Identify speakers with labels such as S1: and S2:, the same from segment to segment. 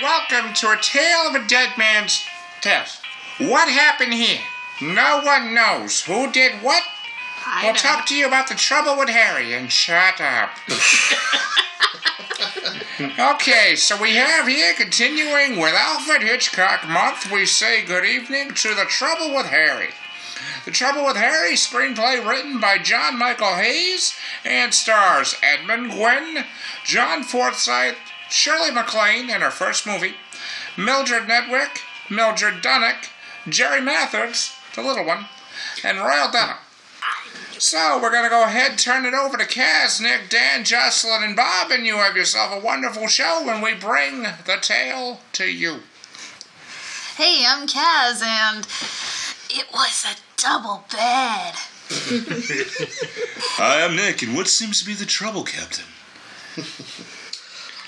S1: Welcome to a tale of a dead man's death. What happened here? No one knows who did what.
S2: I
S1: We'll
S2: know.
S1: talk to you about the trouble with Harry and shut up. okay, so we have here, continuing with Alfred Hitchcock Month, we say good evening to The Trouble with Harry. The Trouble with Harry, screenplay written by John Michael Hayes and stars Edmund Gwynn, John Forsythe, Shirley MacLaine in her first movie, Mildred Nedwick, Mildred Dunnick, Jerry Mathers, the little one, and Royal Dunham. So we're gonna go ahead, turn it over to Kaz, Nick, Dan, Jocelyn, and Bob, and you have yourself a wonderful show when we bring the tale to you.
S2: Hey, I'm Kaz, and it was a double bed.
S3: I am Nick, and what seems to be the trouble, Captain?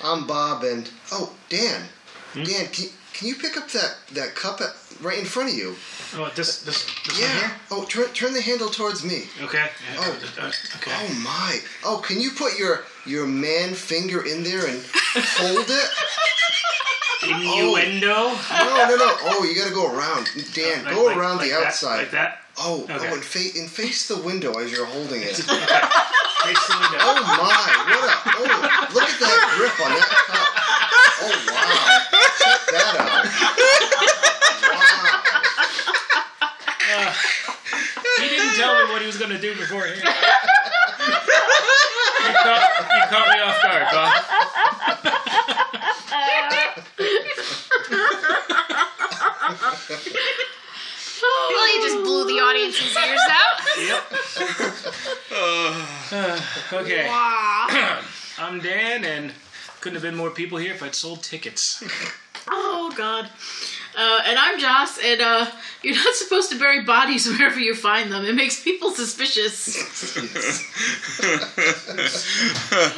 S4: I'm Bob, and oh, Dan,
S5: Hmm?
S4: Dan, can, can you pick up that that cup at, right in front of you?
S5: Oh, this this this
S4: Yeah.
S5: one here.
S4: Oh, turn turn the handle towards me.
S5: Okay. Yeah,
S4: Oh.
S5: uh, okay.
S4: Oh my. Oh, can you put your your man finger in there and hold it?
S5: Innuendo.
S4: No, no, no. Oh, you gotta go around, Dan.
S5: Like-
S4: go
S5: like-
S4: around
S5: like
S4: the
S5: that,
S4: outside.
S5: Like that.
S4: Oh,
S5: Okay.
S4: oh, and, fa- and face the window as you're holding it.
S5: Face the window.
S4: Oh my! What a oh! Look at that grip on that cup. Oh wow! Check that out. Wow!
S5: He didn't tell me what he was gonna do before here. you, caught, you caught me off guard, Bob.
S2: Well, you just blew the audience's ears out.
S5: Yep. Uh, okay.
S2: Wow.
S5: I'm Dan, and couldn't have been more people here if I'd sold tickets.
S6: Oh God. Uh, and I'm Joss, and uh, you're not supposed to bury bodies wherever you find them. It makes people suspicious.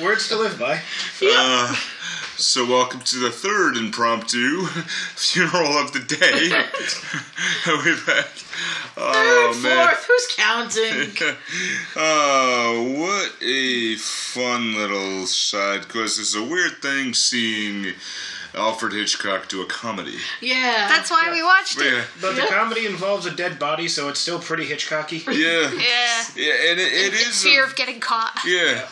S5: Words to live by.
S3: So, welcome to the third impromptu funeral of the day. We've had.
S6: Third,
S3: Oh, man.
S6: fourth, who's counting?
S3: Oh, what a fun little side quest. It's a weird thing seeing Alfred Hitchcock do a comedy.
S6: Yeah.
S2: That's why we watched it.
S3: Yeah,
S5: But the comedy involves a dead body, so it's still pretty Hitchcocky.
S3: yeah,
S2: Yeah.
S3: yeah and it, it is. a-
S2: Fear of getting caught.
S3: Yeah.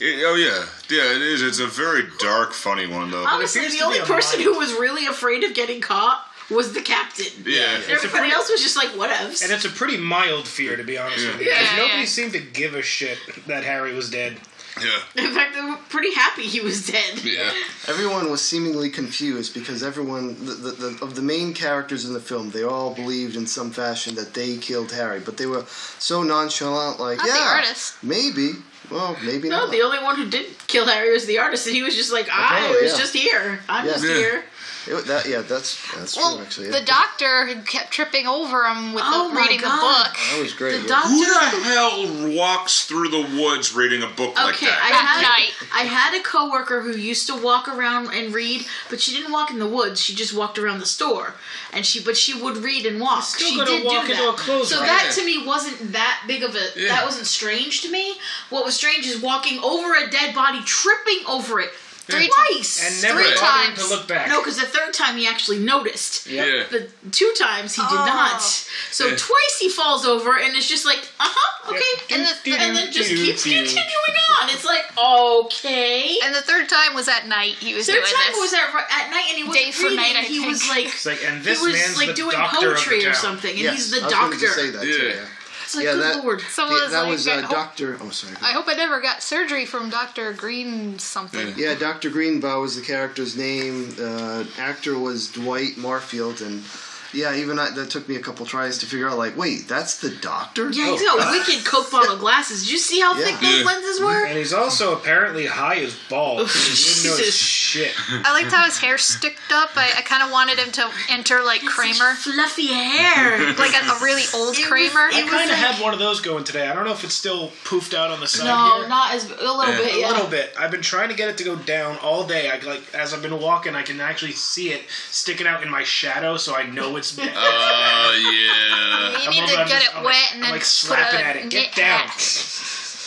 S3: It- oh yeah, yeah. It is. It's a very dark, funny one though.
S6: Honestly,
S5: appears
S6: the
S5: to
S6: only
S5: be a
S6: person
S5: mind.
S6: who was really afraid of getting caught was the captain.
S3: yeah.
S5: It's a
S6: Everybody
S5: pretty-
S6: else was just like, whatevs.
S5: And it's a pretty mild fear, to be honest with you.
S6: Yeah,
S5: 'cause
S2: yeah.
S5: nobody seemed to give a shit that Harry was dead.
S3: yeah,
S6: In fact, they were pretty happy he was dead.
S3: yeah,
S4: Everyone was seemingly confused because everyone the, the, the, of the main characters in the film, they all believed in some fashion that they killed Harry, but they were so nonchalant, like
S2: Not the
S4: yeah,
S2: artist."
S4: maybe. Well, maybe
S6: No,
S4: not.
S6: the only one who did kill Harry was the artist, and he was just like,
S5: Oh,
S6: I
S4: Apparently,
S6: was
S4: yeah.
S6: just here. I'm
S4: Yeah.
S6: just
S3: Yeah.
S6: here.
S4: It- that, yeah, that's that's
S2: Well,
S4: true actually.
S2: the doctor had kept tripping over him with
S6: Oh
S2: the,
S6: my
S2: reading
S6: God.
S2: the book.
S4: that was great.
S6: The
S4: yeah.
S3: Who
S6: doctor.
S3: the hell walks through the woods reading a book like
S6: Okay, I
S3: that?
S2: That
S6: had
S2: night.
S6: I had a coworker who used to walk around and read, but she didn't walk in the woods. She just walked around the store, and she but she would read and walk.
S5: Still
S6: she
S5: gotta
S6: did
S5: walk
S6: do
S5: into
S6: that.
S5: a clothes
S6: so
S5: rack.
S6: that to me wasn't that big of a
S3: Yeah.
S6: that wasn't strange to me. What was strange is walking over a dead body, tripping over it
S2: Three
S6: twice.
S5: And never
S2: Three
S5: bothered
S2: times.
S5: to look back.
S6: no, because the third time he actually noticed.
S3: yeah.
S6: The two times he did
S2: Oh.
S6: not. So
S3: Yeah.
S6: twice he falls over, and it's just like, uh huh, okay.
S2: And the, th-
S6: And then just
S5: Do,
S6: keeps
S5: do.
S6: continuing on. It's like, okay.
S2: and the third time was at night. He was
S6: Third
S2: doing
S6: time
S2: this.
S6: was at, at night, and he was
S2: Day for
S6: reading.
S2: night, I
S6: he
S2: think.
S6: was like
S5: It's like, and
S6: he
S5: this
S6: was
S5: man's
S6: like
S5: the
S6: doing
S5: doctor of
S6: poetry
S5: the
S6: or
S5: town.
S6: something, and
S4: Yes,
S6: he's the
S4: I was
S6: doctor.
S4: going to say that.
S3: Yeah.
S4: Too, yeah.
S6: It's like,
S4: Yeah,
S6: good
S4: that-
S6: lord.
S2: Someone
S4: Yeah,
S2: was
S4: that
S2: like,
S4: was
S2: I,
S4: uh,
S2: hope,
S4: Doctor. Oh, sorry.
S2: I hope I never got surgery from Doctor Green something.
S4: Yeah, Dr. Greenbaugh was the character's name. Uh, actor was Dwight Marfield, and yeah, even I, that took me a couple tries to figure out. Like, wait, that's the doctor. Oh,
S6: Yeah, he's got wicked Coke bottle glasses. Did you see how
S4: Yeah.
S6: thick those
S3: Yeah.
S6: lenses were?
S5: And he's also apparently high as balls. he didn't know
S6: Jesus.
S5: shit.
S2: I liked how his hair sticked up. I, I kind of wanted him to enter like Kramer,
S6: Fluffy hair.
S2: like a, a really old
S6: It was-
S2: Kramer.
S6: it
S5: I
S6: was
S5: kind of
S6: like-
S5: have one of those going today. I don't know if it's still poofed out on the side
S6: no,
S5: here.
S6: not as a little bit.
S5: a
S6: Yeah.
S5: little bit. I've been trying to get it to go down all day. I like as I've been walking, I can actually see it sticking out in my shadow, so I know it's.
S3: Oh yeah.
S2: you
S5: Uh, I'm
S2: need
S5: over-
S2: to
S5: I'm
S2: get
S5: just-
S2: it
S5: I'm
S2: wet and
S5: like- I'm
S2: then
S5: like
S2: put
S5: slapping
S2: a
S5: at it. Get
S2: knit
S5: down.
S2: hat.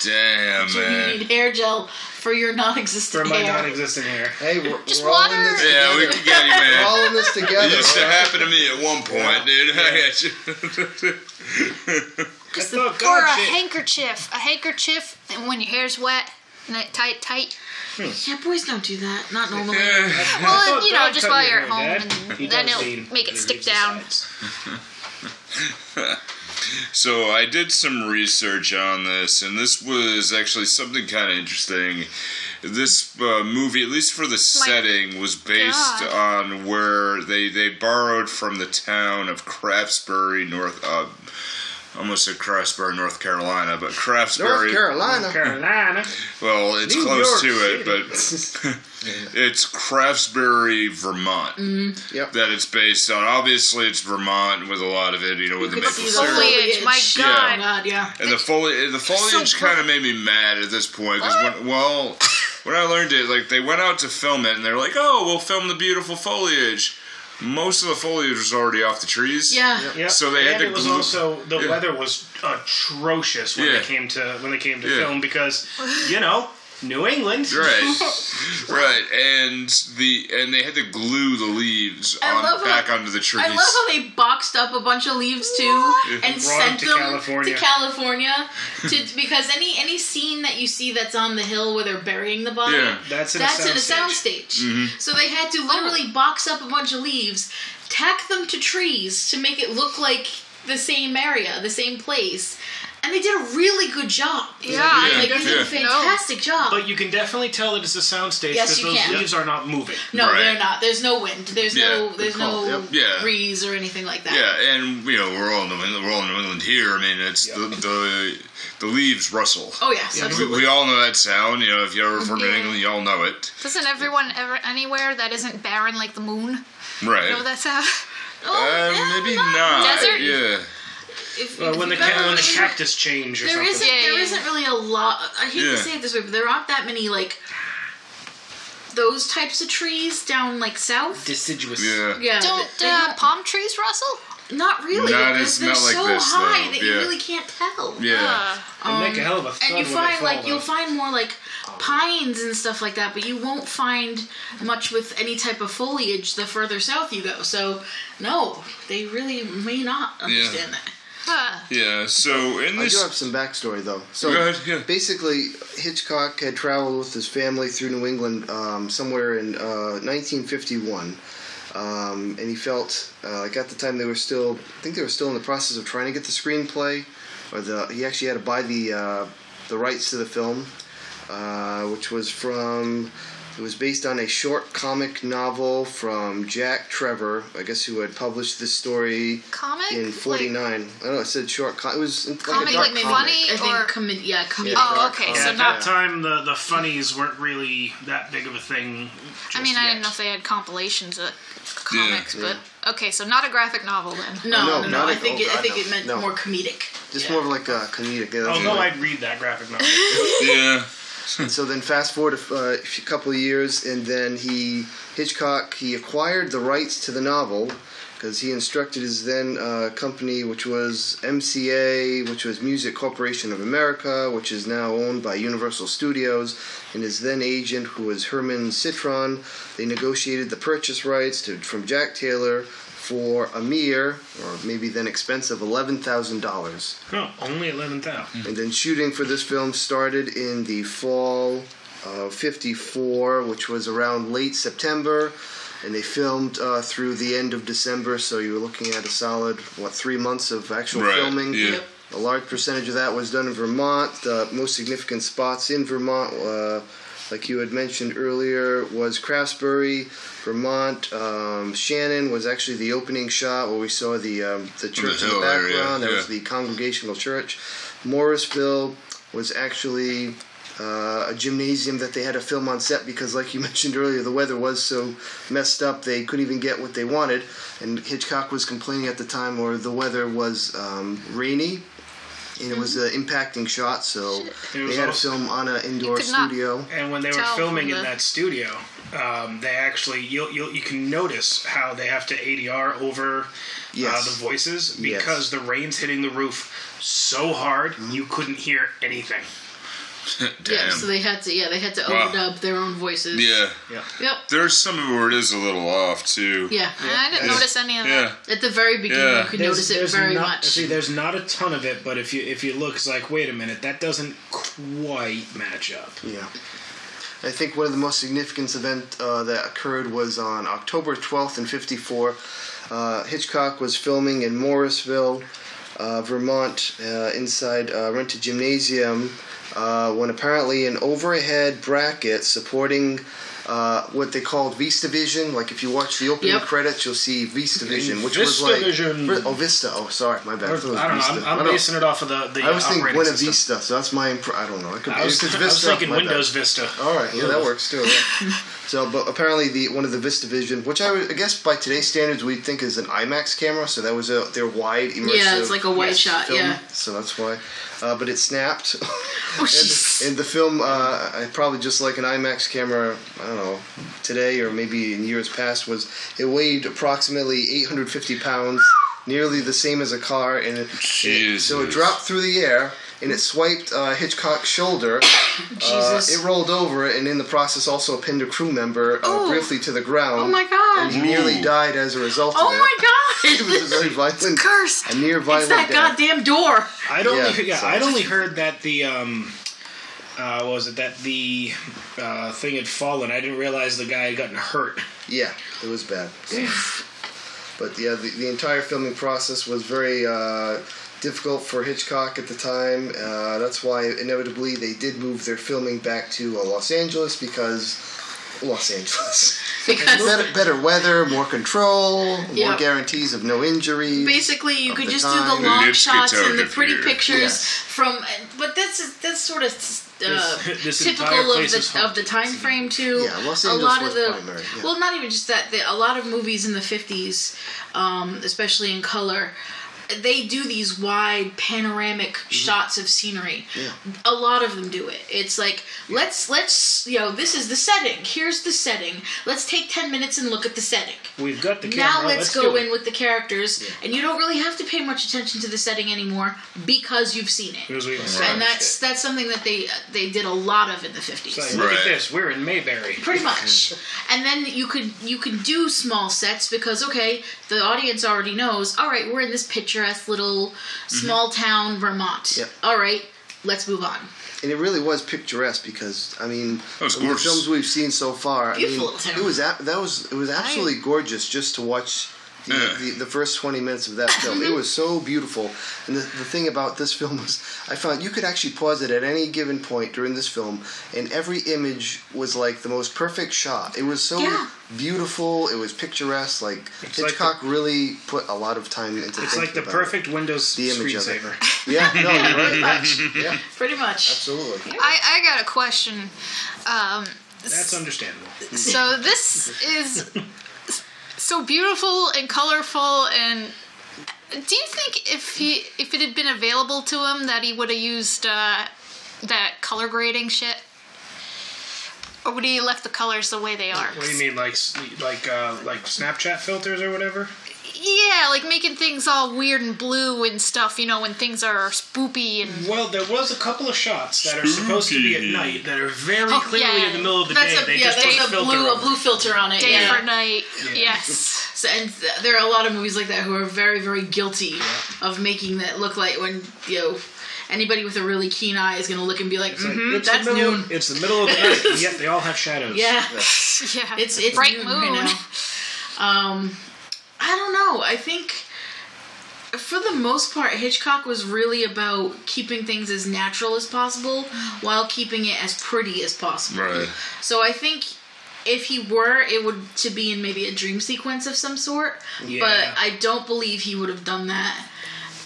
S3: Damn
S6: You
S3: man.
S6: need hair gel for your non-existent
S5: for my
S6: hair.
S5: non-existent hair.
S4: Hey, we're,
S2: Just
S4: we're all in
S2: water.
S4: this
S3: Yeah,
S4: together.
S3: we can get you,
S4: We're
S3: man.
S4: all in this
S3: It
S4: together.
S3: used to
S4: right?
S3: happen to me at one point, dude. I got you.
S5: That's
S2: or
S5: not
S2: a
S5: God shit.
S2: handkerchief. A handkerchief, and when your hair's wet and it tight, tight.
S6: Yeah, boys don't do that. Not normally.
S3: Yeah.
S2: Well,
S5: Oh,
S2: you know,
S5: God
S2: just
S5: cut
S2: while
S5: your
S2: you're at
S5: hair,
S2: home,
S5: Dad. He
S2: and then
S5: does
S2: it'll
S5: lean
S2: make it
S5: when he
S2: stick
S5: reaches the
S2: down.
S5: sides.
S3: So I did some research on this, and this was actually something kind of interesting. This uh, movie, at least for the setting, was based
S2: God.
S3: on where they they borrowed from the town of Craftsbury, North. Uh, almost said Craftsbury, North Carolina, but
S4: North
S3: Craftsbury.
S4: Carolina.
S5: Carolina.
S3: Well, it's
S5: New
S3: close
S5: York
S3: to it, but it's Craftsbury, Vermont.
S6: Mm-hmm.
S4: Yep.
S3: That it's based on. Obviously, it's Vermont with a lot of it, you know, with the
S6: could
S3: maple
S6: see the
S3: syrup.
S2: Foliage, my
S3: Yeah.
S6: Oh,
S2: God.
S6: God, yeah.
S3: And the foli- the foliage
S2: so
S3: kind of made me mad at this point
S6: Ah.
S3: because when well, when I learned it, like they went out to film it and they're like, "Oh, we'll film the beautiful foliage." Most of the foliage was already off the trees.
S6: Yeah.
S5: Yep.
S3: So they had
S5: and
S3: to
S5: it was
S3: glue-
S5: also the
S3: yeah.
S5: weather was atrocious when
S3: Yeah.
S5: it came to when they came to
S3: Yeah.
S5: film because you know New England.
S3: Right, right, and the and they had to glue the leaves
S6: I
S3: on,
S6: love how-
S3: back onto the trees.
S6: I love how they boxed up a bunch of leaves too and sent
S5: to
S6: them
S5: California.
S6: to California to, because any any scene that you see that's on the hill where they're burying the body,
S3: Yeah.
S5: That's in a
S6: that's in a
S5: soundstage.
S6: soundstage. Oh. So they had to literally box up a bunch of leaves, tack them to trees to make it look like the same area, the same place. And they did a really good job.
S2: Yeah,
S3: Yeah.
S6: Like they did a
S2: Yeah.
S6: fantastic job.
S5: But you can definitely tell that it's a soundstage
S6: Yes,
S5: because
S6: you
S5: those
S6: can.
S5: leaves are not moving.
S6: no,
S3: Right.
S6: they're not. There's no wind. There's
S3: Yeah,
S6: no
S3: good
S6: there's
S4: call.
S6: no
S4: Yep.
S3: Yeah.
S6: breeze or anything like that.
S3: yeah, and you know we're all in New England, we're all in New England here. I mean, it's the, the the leaves rustle.
S6: Oh yes,
S3: We,
S6: absolutely.
S3: we all know that sound. You know, if you're from New
S2: Yeah.
S3: England, you all know it.
S2: Doesn't everyone ever anywhere that isn't barren like the moon
S3: Right.
S2: know that sound?
S3: Uh,
S5: Oh,
S6: Oh, yeah,
S3: maybe not.
S2: Desert?
S3: Yeah.
S6: If-
S5: Well, when the
S6: but-
S5: when the cactus change or
S6: there
S5: something.
S6: isn't
S2: Yeah,
S6: there
S2: yeah.
S6: not really a lot. I hate
S3: Yeah.
S6: to say it this way, but there aren't that many like those types of trees down like south.
S5: deciduous.
S3: Yeah.
S6: yeah,
S2: Don't
S6: they-
S2: uh, palm trees rustle?
S6: not really.
S3: Not-
S6: they're
S3: it's
S6: they're
S3: not like
S6: so
S3: this, though.
S6: high that you
S3: Yeah.
S6: really can't tell.
S3: Yeah.
S6: Ah.
S5: They make a hell of a thud
S6: Um, And you
S5: when they
S6: find
S5: fall,
S6: like you'll
S5: though.
S6: find more like pines and stuff like that, but you won't find much with any type of foliage the further south you go. So no, they really may not understand that.
S2: Huh.
S3: Yeah. So in
S4: I do have
S3: this,
S4: some backstory though. So
S3: Go ahead, yeah.
S4: basically, Hitchcock had traveled with his family through New England um, somewhere in uh, 1951. Um, and he felt uh, like at the time they were still, I think they were still in the process of trying to get the screenplay, or the he actually had to buy the uh, the rights to the film, uh, which was from it was based on a short comic novel from Jack Trevor, I guess who had published this story
S2: Comic?
S4: in
S2: Like-
S4: '49. I don't know. It said short. Com- it was like
S2: Comedy,
S4: a dark
S2: like maybe
S4: comic.
S2: funny?
S6: I
S2: Or-
S6: think commit yeah, commit
S4: Yeah.
S2: Oh, okay.
S5: Yeah,
S2: So
S5: at that
S2: not.
S5: time, the, the funnies weren't really that big of a thing.
S2: I
S5: just
S2: mean, I
S5: yet.
S2: didn't know if they had compilations of comics, but okay, so not a graphic novel then.
S6: No,
S4: No,
S6: no, no.
S4: not
S6: I
S4: at-
S6: think
S4: oh,
S6: it, I
S4: God,
S6: think
S4: no.
S6: it meant
S4: No.
S6: more comedic.
S4: Just
S6: Yeah.
S4: more of like a comedic. yeah, that's
S5: Although
S4: right.
S5: I'd read that graphic novel.
S3: yeah.
S4: And so then fast forward a, uh, a few- couple of years, and then he Hitchcock he acquired the rights to the novel because he instructed his then uh, company, which was MCA, which was Music Corporation of America, which is now owned by Universal Studios, and his then agent, who was Herman Citron. They negotiated the purchase rights to, from Jack Taylor for a mere, or maybe then expensive, eleven thousand dollars.
S5: Huh, only 11,000.
S4: And then shooting for this film started in the fall of 54, which was around late September. And they filmed uh, through the end of December, so you were looking at a solid, what, three months of actual
S3: Right,
S4: filming?
S3: yeah. Yep.
S4: A large percentage of that was done in Vermont. The most significant spots in Vermont, uh, like you had mentioned earlier, was Craftsbury, Vermont. Um, Shannon was actually the opening shot where we saw the um, the church in the
S3: hill area,
S4: background. That
S3: yeah.
S4: was the Congregational Church. Morrisville was actually uh, a gymnasium that they had to film on set because, like you mentioned earlier, the weather was so messed up they couldn't even get what they wanted. And Hitchcock was complaining at the time, or the weather was um, rainy. And it was an
S2: Mm-hmm.
S4: impacting shot, so
S5: It
S4: they
S5: was
S4: had to
S5: also-
S4: film on an indoor
S2: could not-
S4: studio.
S5: And when they were
S2: Tell
S5: filming
S2: from
S5: in
S2: the-
S5: that studio, um, they actually, you'll, you'll, you can notice how they have to ADR over
S4: Yes.
S5: uh, the voices
S4: Yes.
S5: Mm-hmm. because the rain's hitting the roof so hard you couldn't hear anything.
S3: Damn.
S6: Yeah, so they had to yeah they had to
S3: Wow.
S6: overdub their own voices.
S3: yeah.
S6: Yep.
S3: There's some of it where it is a little off too.
S6: Yeah.
S2: I didn't
S3: Yeah.
S2: notice any of that.
S3: Yeah.
S6: At the very beginning,
S3: Yeah.
S6: you could notice it very
S5: not,
S6: much.
S5: See, there's not a ton of it, but if you if you look, it's like, wait a minute, that doesn't quite match up.
S4: Yeah. I think one of the most significant event uh, that occurred was on October 12th in 54. Uh, Hitchcock was filming in Morrisville, uh, Vermont, uh, inside uh, rented gymnasium uh, when apparently an overhead bracket supporting uh, what they called Vista Vision. Like if you watch the opening
S6: Yep.
S4: credits, you'll see Vista Vision, which was
S5: Vista
S4: like
S5: Vision.
S4: Fri- oh Vista. Oh, sorry, my bad.
S5: Or- I
S4: thought it was
S5: don't know. I'm,
S4: Vista.
S5: I'm
S4: I don't-
S5: basing it off of the the
S4: I was thinking
S5: operating
S4: Buena
S5: system.
S4: Vista, so that's my. Imp- I don't know. I, could,
S5: I was,
S4: it's
S5: I was
S4: Vista,
S5: thinking
S4: my bad.
S5: Windows Vista.
S4: All right, yeah, that works too. yeah. so, but apparently the one of the Vista Vision, which I, would, I guess by today's standards we'd think is an IMAX camera, so that was a their wide immersive.
S6: yeah, it's like a wide
S5: Yes,
S6: shot.
S4: film,
S6: Yeah.
S4: So that's why, uh, but it snapped.
S6: Oh jeez.
S4: And, and the film, uh, I probably just like an IMAX camera, I don't know, today or maybe in years past, was it weighed approximately 850 pounds, nearly the same as a car, and it, it- so it
S3: Jesus.
S4: dropped through the air and it swiped uh, Hitchcock's shoulder. Uh,
S6: Jesus.
S4: it rolled over and in the process also pinned a crew member uh,
S6: Oh.
S4: briefly to the ground.
S6: Oh my
S4: And he
S6: god.
S4: nearly
S3: Ooh.
S4: died as a result
S6: Oh
S4: of it.
S6: my
S4: It was a
S6: god.
S4: very violent,
S6: Cursed.
S4: a near violent
S6: It's that
S4: death.
S6: goddamn door.
S5: I'd only
S4: Yeah,
S5: yeah,
S4: so-
S5: I'd only heard that the um uh what was it that the uh thing had fallen. I didn't realize the guy had gotten hurt.
S4: Yeah, it was bad. But yeah, the, the entire filming process was very uh, difficult for Hitchcock at the time. Uh, that's why inevitably they did move their filming back to uh, Los Angeles because Los Angeles.
S6: Because
S4: better, better weather, more control, more
S6: Yeah.
S4: guarantees of no injuries.
S6: basically you
S4: Of
S6: could
S4: the
S6: just
S4: time.
S6: do the long
S3: Nipsky
S6: shots and the
S3: Toad
S6: pretty
S3: appeared.
S6: pictures
S4: Yes.
S6: from but that's that's sort of uh,
S5: This- this entire
S6: typical of
S5: place is
S6: the of the
S5: haunted.
S6: time frame too
S4: Yeah, Los
S6: a
S4: Angeles
S6: lot
S4: was
S6: of the
S4: primary, yeah.
S6: well not even just that the, a lot of movies in the 50s um, especially in color they do these wide panoramic
S4: Mm-hmm.
S6: shots of scenery a lot of them do it it's like let's let's you know this is the setting here's the setting let's take 10 minutes and look at the setting
S5: We've got the camera.
S6: now let's, go
S5: do
S6: in
S5: it.
S6: with the characters, and you don't really have to pay much attention to the setting anymore because you've seen it.
S5: Because we
S6: And that's that's something that they they did a lot of in the fifties.
S5: It's like, look
S3: Right.
S5: at this. We're in Mayberry.
S6: Pretty much, and then you could you could do small sets because okay, the audience already knows. All right, we're in this picturesque little
S5: Mm-hmm.
S6: small town, Vermont.
S4: Yep.
S6: All right, let's move on.
S4: And it really was picturesque because I mean,
S5: Oh,
S3: was
S4: from the
S3: gorgeous.
S4: films we've seen so far, I mean,
S6: Beautiful little town.
S4: it was a- that was it was absolutely gorgeous just to watch. The,
S3: Yeah.
S4: the, the first 20 minutes of that film it was so beautiful and the, the thing about this film was i found you could actually pause it at any given point during this film and every image was like the most perfect shot it was so
S6: Yeah.
S4: beautiful it was picturesque like
S5: It's like
S4: hitchcock really put a lot of time into
S5: It's
S4: thinking
S5: like the
S4: about
S5: perfect Windows
S4: The image of it.
S5: screensaver.
S4: it. yeah no you're
S6: Pretty
S4: right
S6: much,
S4: yeah
S6: pretty much.
S4: absolutely
S2: I, I got a question. Um,
S5: That's understandable.
S2: so this is so beautiful and colorful and do you think if he if it had been available to him that he would have used uh, that color grading shit or would he have left the colors the way they are
S5: What do you mean, like s- like uh, like Snapchat filters or whatever?
S2: yeah like making things all weird and blue and stuff you know when things are spoopy and
S5: Well, there was a couple of shots that are supposed to be at
S3: Spooky.
S5: night that are very
S2: Oh,
S5: clearly
S2: yeah.
S5: in the middle of the
S6: That's
S5: day.
S6: a
S5: they
S6: yeah,
S5: just put
S6: there's a
S5: filter
S6: blue a
S5: over it.
S6: blue filter on it.
S2: day
S6: yeah.
S2: for night yes
S6: So, and th- there are a lot of movies like that who are very, very guilty of making that look like when you know anybody with a really keen eye is going to look and be like,
S5: It's like,
S6: mm-hmm,
S5: it's
S6: that's
S5: the middle,
S6: noon.
S5: It's the middle of the night, and yet they all have shadows.
S6: Yeah,
S2: yeah
S6: it's it's
S2: bright
S6: noon
S2: moon
S6: right now. Um, I don't know. I think for the most part, Hitchcock was really about keeping things as natural as possible
S2: Mm.
S6: while keeping it as pretty as possible.
S3: Right.
S6: So I think if he were, it would to be in maybe a dream sequence of some sort.
S5: Yeah.
S6: But I don't believe he would have done that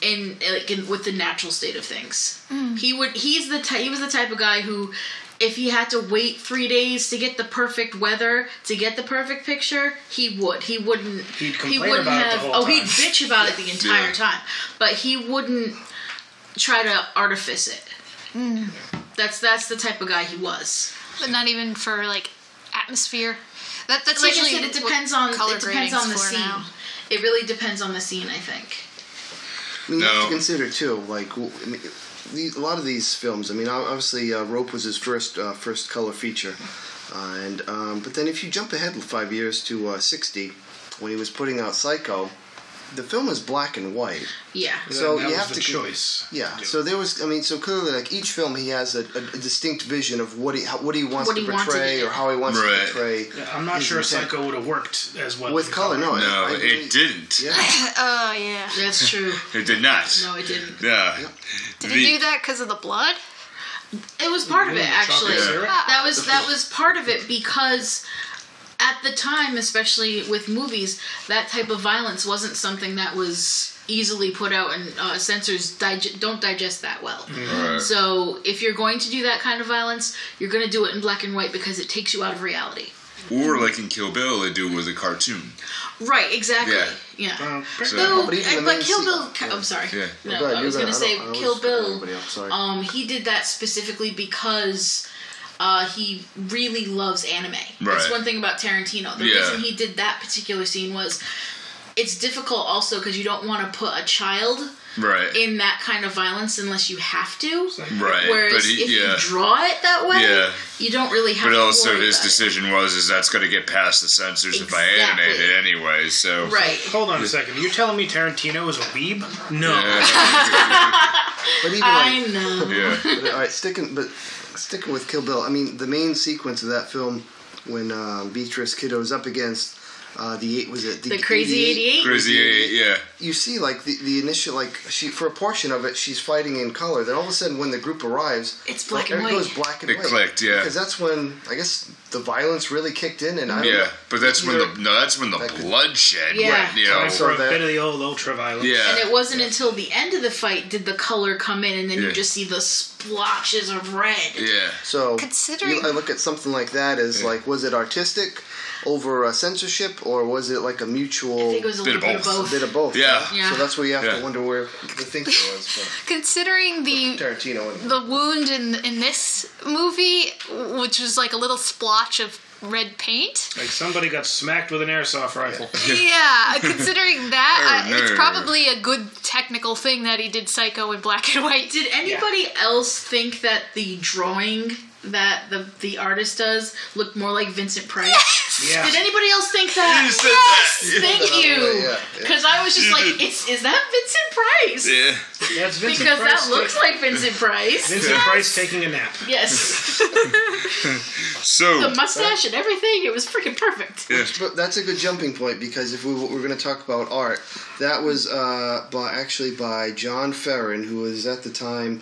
S6: in like in, with the natural state of things. He would. He's the ty- he was the type of guy who. If he had to wait three days to get the perfect weather to get the perfect picture, he would. He wouldn't.
S5: He'd
S6: he
S5: complain
S6: wouldn't
S5: about it the
S6: have.
S5: whole
S6: oh, he'd
S5: time.
S6: bitch about it the entire
S3: Yeah.
S6: time, but he wouldn't try to artifice it. That's that's the type of guy he was.
S2: but not even for like atmosphere that, that's
S6: like I
S2: usually
S6: said, it
S2: what
S6: depends on
S2: color
S6: it depends
S2: grading's
S6: on the
S2: for
S6: scene.
S2: now.
S6: It really depends on the scene, I think.
S4: I mean, you have
S3: No.
S4: to consider too, like w- I mean, the, a lot of these films. I mean, ob- obviously, uh, Rope was his first uh, first color feature, uh, and um, but then if you jump ahead five years to uh, '60, when he was putting out Psycho, the film is black and white.
S6: Yeah.
S4: So
S5: that
S4: you
S5: was
S4: have
S5: the
S4: to con-
S5: choice.
S4: Yeah.
S5: to do.
S4: So there was. I mean, so clearly, like each film, he has a, a distinct vision of what he how, what he wants
S6: What
S4: to
S6: he wants to
S4: portray
S6: do.
S4: or how he wants
S3: Right.
S4: to portray
S5: I'm not
S4: His
S5: sure
S4: intent.
S5: Psycho would have worked as well
S4: with
S5: the
S4: color. No, I-
S3: No,
S4: I agree.
S3: it didn't.
S4: Yeah.
S2: Oh yeah.
S6: That's true.
S3: It did not.
S6: No, it didn't.
S3: Yeah.
S2: Did
S3: The-
S2: he do that because of the blood?
S6: It was part of it actually.
S5: chocolate syrup?
S6: That was that was part of it because at the time, especially with movies, that type of violence wasn't something that was easily put out, and uh, censors dig- don't digest that well.
S5: Mm.
S3: Right.
S6: So if you're going to do that kind of violence, you're going to do it in black and white because it takes you out of reality.
S3: Or like in Kill Bill, they do with a cartoon.
S6: Right, exactly.
S3: Yeah.
S6: Yeah.
S5: Um,
S6: Though,
S4: But even
S6: and-
S4: the
S6: but Kill
S4: main
S6: Bill.
S4: scene-
S6: I'm sorry.
S3: Yeah.
S6: No,
S4: Go ahead,
S6: I
S4: you
S6: was
S4: go
S6: going to
S4: ahead.
S6: say
S4: I don't- I don't
S6: Kill
S4: wanna screw
S6: Bill.
S4: everybody up, sorry.
S6: Um, he did that specifically because uh, he really loves anime. That's
S3: Right.
S6: one thing about Tarantino. The
S3: Yeah.
S6: reason he did that particular scene was it's difficult also because you don't want to put a child
S3: Right.
S6: in that kind of violence unless you have to.
S3: right.
S6: Whereas
S3: but he,
S6: if
S3: yeah.
S6: you draw it that way,
S3: Yeah.
S6: you don't really have
S3: but
S6: to.
S3: also
S6: worry
S3: his
S6: about it.
S3: decision was is that's going to get past the censors if I
S6: Exactly.
S3: animate it anyway. So
S6: Right.
S5: Hold on a second. You're telling me Tarantino is a weeb? No.
S4: But even
S6: I
S4: like,
S6: know.
S3: yeah,
S4: but, uh, all right, sticking but sticking with Kill Bill. I mean, the main sequence of that film when uh, Beatrice Kiddo is up against uh, the eight was it
S6: The Crazy 88.
S3: crazy. eight, Yeah,
S4: You see, like the, the initial like she for a portion of it, she's fighting in color. Then all of a sudden, when the group arrives,
S6: It's black
S4: like,
S6: and
S4: everything goes
S6: white.
S4: black and
S3: It
S4: white.
S3: clicked, yeah.
S4: because that's when I guess the violence really kicked in, and I don't
S3: yeah. But that's when
S4: either-
S3: the no, that's when the
S4: That could-
S3: bloodshed.
S6: Yeah.
S3: went, you
S5: Time
S3: know.
S5: for
S4: So
S5: a
S4: that-
S5: bit of the old ultra violence.
S3: yeah.
S6: And it wasn't until the end of the fight did the color come in, and then
S3: Yeah.
S6: you just see the splotches of red.
S3: yeah.
S4: So
S2: Considering-
S4: you- I look at something like that as like, was it artistic over uh, censorship, or was it like a
S6: I
S4: mutual
S6: think it was a
S3: Bit
S6: little
S3: of
S6: bit of
S3: both.
S6: both.
S4: a bit of both?
S3: Yeah.
S6: Yeah.
S4: So that's where you have
S3: Yeah.
S4: to wonder where the thinker was.
S2: Considering
S4: But
S2: the
S4: Tarantino. And,
S2: the wound in in this movie, which was like a little splotch of red paint.
S5: Like somebody got smacked with an airsoft rifle.
S2: Yeah, considering that,
S3: Oh,
S2: I, it's
S3: no.
S2: probably a good technical thing that he did Psycho in black and white.
S6: Did anybody else think that the drawing that the the artist does looked more like Vincent Price?
S5: Yeah.
S6: Did anybody else think that?
S3: You said
S6: yes,
S3: that.
S6: thank you.
S4: Yeah, yeah.
S6: Because I was just like, it's, is that Vincent Price?
S3: Yeah.
S5: That's Vincent
S6: Because
S5: Price.
S6: that looks like Vincent Price.
S5: Vincent Price taking a nap.
S6: yes, the
S3: So
S6: mustache and everything. It was freaking perfect.
S4: but that's a good jumping point because if we were, we're going to talk about art, that was uh, by actually by John Ferrin, who was at the time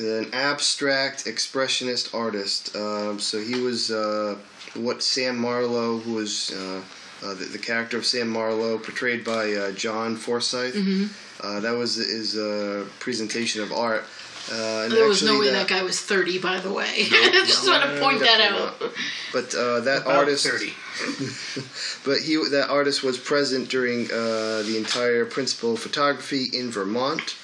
S4: an abstract expressionist artist. Um, so he was uh, what Sam Marlowe, who was uh, uh, the, the character of Sam Marlowe, portrayed by uh, John Forsyth.
S6: Mm-hmm.
S4: Uh, that was his uh, presentation of art. Uh, and
S6: There was
S4: actually
S6: no way that, guy was 30, by the way. I just want to point that out.
S4: Definitely not. But uh, that
S5: About
S4: artist,
S5: 30.
S4: but he that artist was present during uh, the entire principal photography in Vermont,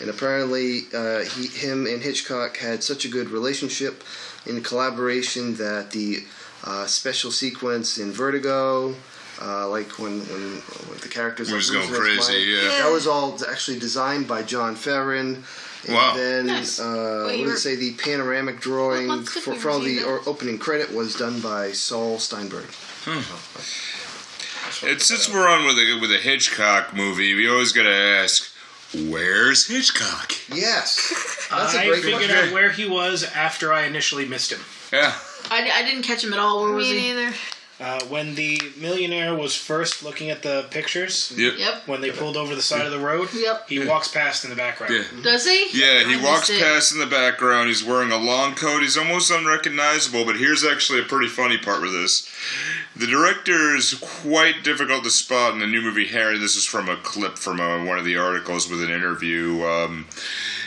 S4: and apparently uh, he, him and Hitchcock had such a good relationship in collaboration that the uh, special sequence in Vertigo, uh, like when when, when the characters
S3: we're just
S4: like
S3: going
S4: losing his
S3: crazy.
S4: mind,
S3: Yeah.
S4: that was all actually designed by John Ferrin. And
S3: Wow.
S4: then,
S6: Nice.
S4: uh,
S2: Well,
S4: I
S2: you
S4: would
S2: were-
S4: say the panoramic drawing
S2: Well, once did
S4: for,
S2: we
S4: for all the
S2: review
S4: or opening credit was done by Saul Steinberg.
S3: And since we're on with a with a Hitchcock movie, we always got to ask, where's Hitchcock?
S4: Yes. That's a
S5: I
S4: great
S5: figured
S4: question.
S5: out where he was after I initially missed him.
S3: Yeah.
S6: I, I didn't catch him at all. Where was
S2: Me
S6: he?
S2: neither.
S5: Uh, when the millionaire was first looking at the pictures,
S3: Yep.
S6: Yep.
S5: when they pulled over the side of the road,
S6: Yep.
S5: he walks past in the background.
S3: Yeah.
S6: Does he?
S3: Yeah,
S6: I
S3: he
S6: missed
S3: walks
S6: it.
S3: past in the background. He's wearing a long coat. He's almost unrecognizable, but here's actually a pretty funny part with this. The director is quite difficult to spot in the new movie Harry. This is from a clip from uh one of the articles with an interview. Um,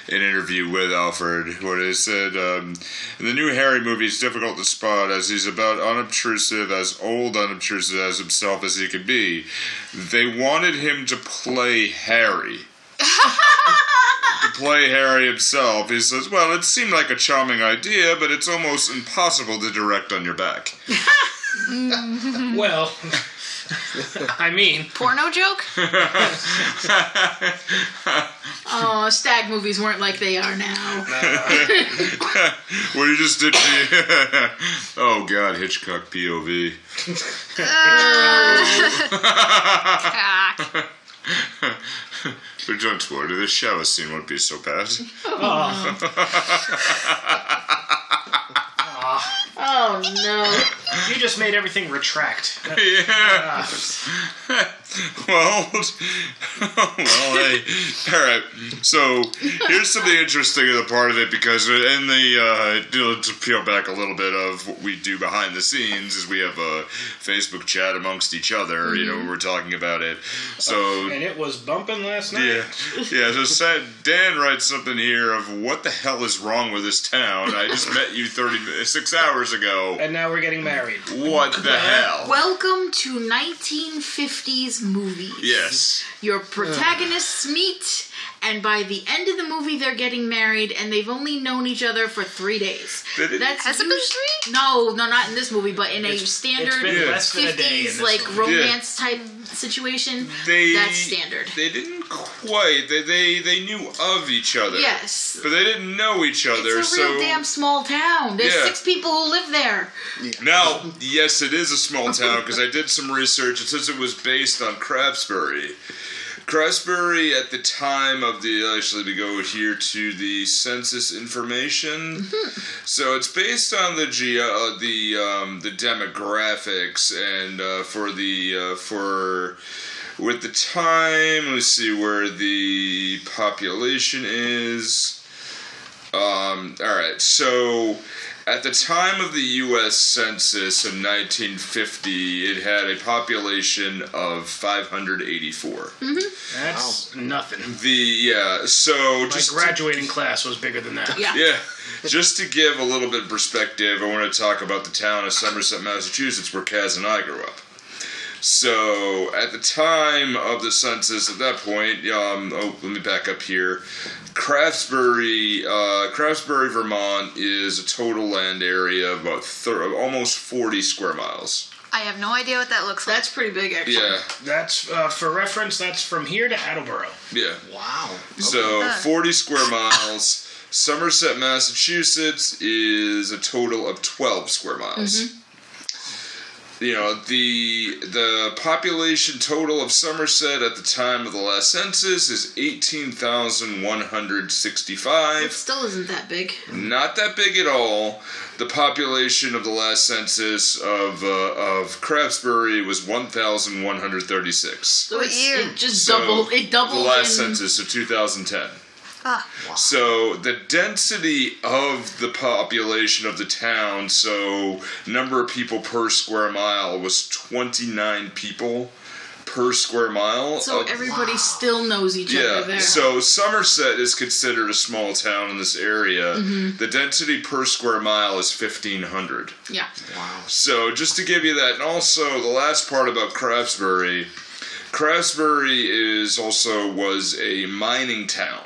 S3: an interview with Alfred, where they said, um, in the new Harry movie, it's difficult to spot as he's about unobtrusive, as old unobtrusive as himself as he could be. They wanted him to play Harry to play Harry himself, he says, Well, it seemed like a charming idea, but it's almost impossible to direct on your back.
S5: Well, I mean,
S2: Porno joke?
S6: Oh, stag movies weren't like they are now.
S3: Well, you just did the. oh God, Hitchcock POV.
S2: Cock.
S3: But don't worry, the shower scene won't be so bad.
S6: Oh no.
S5: you just made everything retract.
S3: yeah. well, well, hey. All right. So here's something interesting of the part of it because in the uh, you know, to peel back a little bit of what we do behind the scenes is we have a Facebook chat amongst each other. You know, we're talking about it. So
S5: And it was bumping last night.
S3: yeah, yeah. So Sa- Dan writes something here of what the hell is wrong with this town? I just met you thirty mi- six hours ago.
S5: And now we're getting married.
S3: What the hell?
S6: Welcome to 1950s movies.
S3: Yes.
S6: Your protagonists meet, and by the end of the movie, they're getting married, and they've only known each other for three days.
S3: They didn't-
S6: That's
S2: Has it been
S6: usu-
S2: three?
S6: No, no, not in this movie, but in a standard
S5: it's been
S3: Yeah.
S5: less than a day in
S6: 50s
S5: this
S6: like
S5: movie.
S6: romance type situation.
S3: They
S6: That's standard.
S3: They didn't quite. They they, they knew of each other.
S6: Yes.
S3: But they didn't know each other.
S6: It's a
S3: so
S6: real damn small town. There's
S3: Yeah.
S6: six people who live there.
S3: now, yes, it is a small town because I did some research. It says it was based on Crabsbury. Crabsbury at the time of the actually we go here to the census information. So it's based on the ge- uh, the um, the demographics and uh, for the uh, for with the time. Let me see where the population is. Um, all right, so at the time of the U.S. Census in 1950, it had a population of 584.
S5: That's nothing.
S3: The yeah, so
S5: My
S3: just
S5: graduating class was bigger than that.
S6: Yeah.
S3: yeah. Just to give a little bit of perspective, I want to talk about the town of Somerset, Massachusetts, where Kaz and I grew up. So, at the time of the census, at that point, um, oh, let me back up here. Craftsbury, uh, Craftsbury, Vermont, is a total land area of about thir- almost 40 square miles.
S2: I have no idea what that looks like.
S6: That's pretty big, actually.
S3: Yeah,
S5: That's uh, for reference. That's from here to Attleboro.
S3: yeah.
S4: Wow.
S3: So 40 square miles. Somerset, Massachusetts is a total of 12 square miles. You know, the the population total of Somerset at the time of the last census is 18,165.
S6: It still isn't that big.
S3: Not that big at all. The population of the last census of uh, of Craftsbury was 1,136
S6: So
S2: What
S6: it's,
S2: year?
S6: it just
S3: so
S6: doubled. It doubled
S3: the last
S6: in
S3: census of 2010.
S2: Ah.
S3: So the density of the population of the town, so number of people per square mile was 29 people per square mile.
S6: So
S3: of-
S6: everybody still knows each
S3: yeah.
S6: other there.
S3: So Somerset is considered a small town in this area.
S6: Mm-hmm.
S3: The density per square mile is 1500.
S6: yeah.
S3: So just to give you that, and also the last part about Craftsbury, Craftsbury is also was a mining town.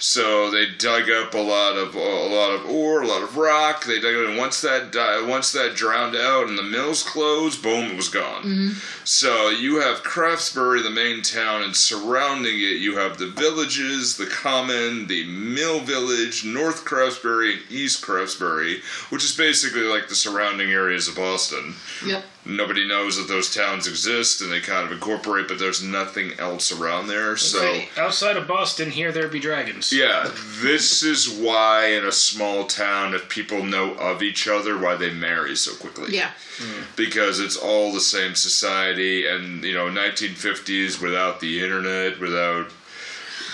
S3: So they dug up a lot of a lot of ore, a lot of rock. They dug it, and once that di- once that drowned out and the mills closed, boom, it was gone. So you have Craftsbury, the main town, and surrounding it, you have the villages, the common, the mill village, North Craftsbury, and East Craftsbury, which is basically like the surrounding areas of Boston.
S6: Yep.
S3: Nobody knows that those towns exist, and they kind of incorporate, but there's nothing else around there. So.
S6: Right.
S5: Outside of Boston, here there be dragons.
S3: Yeah, this is why in a small town, if people know of each other, why they marry so quickly.
S6: Yeah.
S3: Because it's all the same society, and you know, 1950s without the internet, without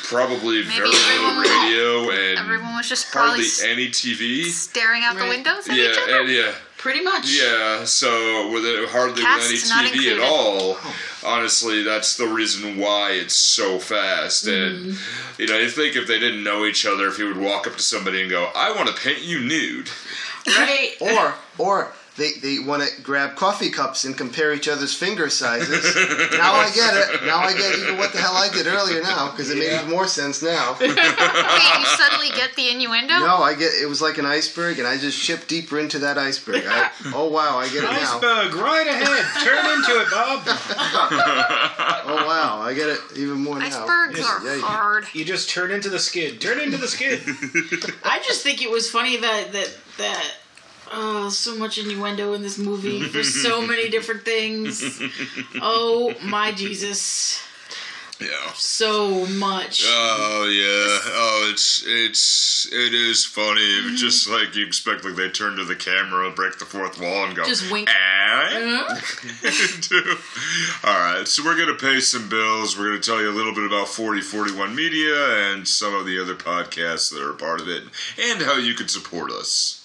S3: probably very little
S2: everyone was-
S3: radio and
S2: Everyone was just probably
S3: hardly
S2: s-
S3: any TV.
S2: staring out the
S6: Right.
S2: windows at
S3: Yeah,
S2: each other.
S3: and yeah.
S6: Pretty much.
S3: Yeah, so with it, hardly
S2: Cast
S3: with
S2: not
S3: any TV at
S2: included.
S3: all. Honestly, that's the reason why it's so fast. And
S2: Mm-hmm.
S3: you know, you think if they didn't know each other, if he would walk up to somebody and go, "I want to paint you nude,"
S6: Right.
S4: Or or they, they want to grab coffee cups and compare each other's finger sizes. now I get it. Now I get even what the hell I did earlier now because it made more sense now.
S2: Wait, you suddenly get the innuendo?
S4: No, I get it was like an iceberg, and I just shipped deeper into that iceberg. I, oh wow, I get it now.
S5: Iceberg, right ahead. Turn into it, Bob.
S4: Oh wow, I get it even more now.
S2: Icebergs
S4: Yeah,
S2: are
S4: yeah, yeah.
S2: hard.
S5: You just turn into the skid. Turn into the skid.
S6: I just think it was funny that that that oh, so much innuendo in this movie for so many different things. Oh my Jesus,
S3: Yeah.
S6: so much.
S3: Oh yeah. Oh, it's it's it is funny. It's Just
S6: Mm-hmm.
S3: like you expect, like they turn to the camera, break the fourth wall, and go
S6: Just wink. Mm-hmm.
S3: And
S6: Huh?
S3: all right, so we're gonna pay some bills. We're gonna tell you a little bit about Forty Forty One Media and some of the other podcasts that are a part of it, and how you can support us.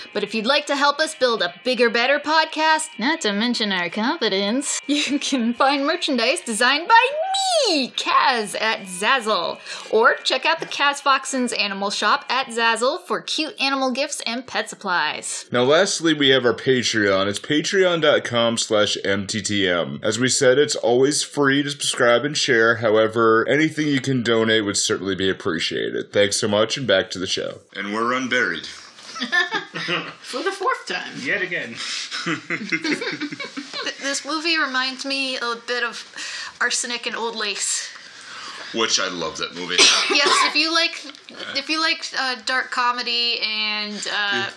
S7: But if you'd like to help us build a bigger, better podcast, not to mention our confidence, you can find merchandise designed by me, Kaz, at Zazzle. Or check out the Kaz Foxen's Animal Shop at Zazzle for cute animal gifts and pet supplies.
S8: Now lastly we have our Patreon. It's patreon.com slash MTTM. As we said, it's always free to subscribe and share. However, anything you can donate would certainly be appreciated. Thanks so much and back to the show.
S3: And we're unburied.
S6: for the fourth time.
S5: Yet again.
S2: Th- This movie reminds me a bit of Arsenic and Old Lace.
S3: Which I love that movie.
S2: yes, if you like, if you like uh, dark comedy and uh,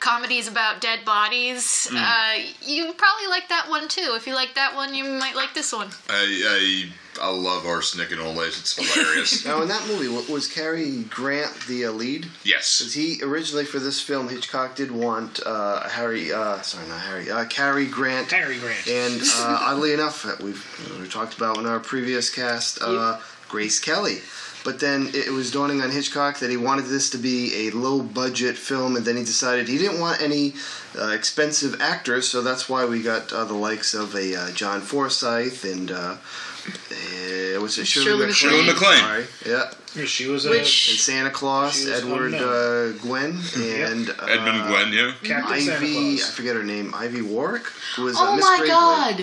S2: comedies about dead bodies, uh, you probably like that one too. If you like that one, you might like this one.
S3: I I I love arsenic and old age. It's hilarious.
S4: Now in that movie, wa- was Cary Grant the uh, lead? Because
S3: yes.
S4: he originally for this film, Hitchcock did want uh, Harry, uh, sorry, not Harry, uh, Cary Grant.
S5: Terry Grant.
S4: And uh, oddly enough, that we've uh, we talked about in our previous cast, uh, Grace Kelly. But then it was dawning on Hitchcock that he wanted this to be a low budget film, and then he decided he didn't want any uh, expensive actors, so that's why we got uh, the likes of a uh, John Forsyth and. Uh, uh, what's it? Shirley,
S3: Shirley
S4: MacLaine.
S6: Shirley MacLaine.
S3: MacLaine.
S4: Sorry. Yeah.
S5: She was a
S4: And
S6: Which
S4: Santa Claus,
S5: She was
S4: Edward uh,
S5: unknown.
S4: Gwen, and uh,
S3: Edmund Gwen, yeah.
S5: Captain Santa
S4: Ivy. I
S5: Claus.
S4: forget her name. Ivy Warwick, who was uh,
S6: Oh
S4: Miss
S6: my
S4: Gravely.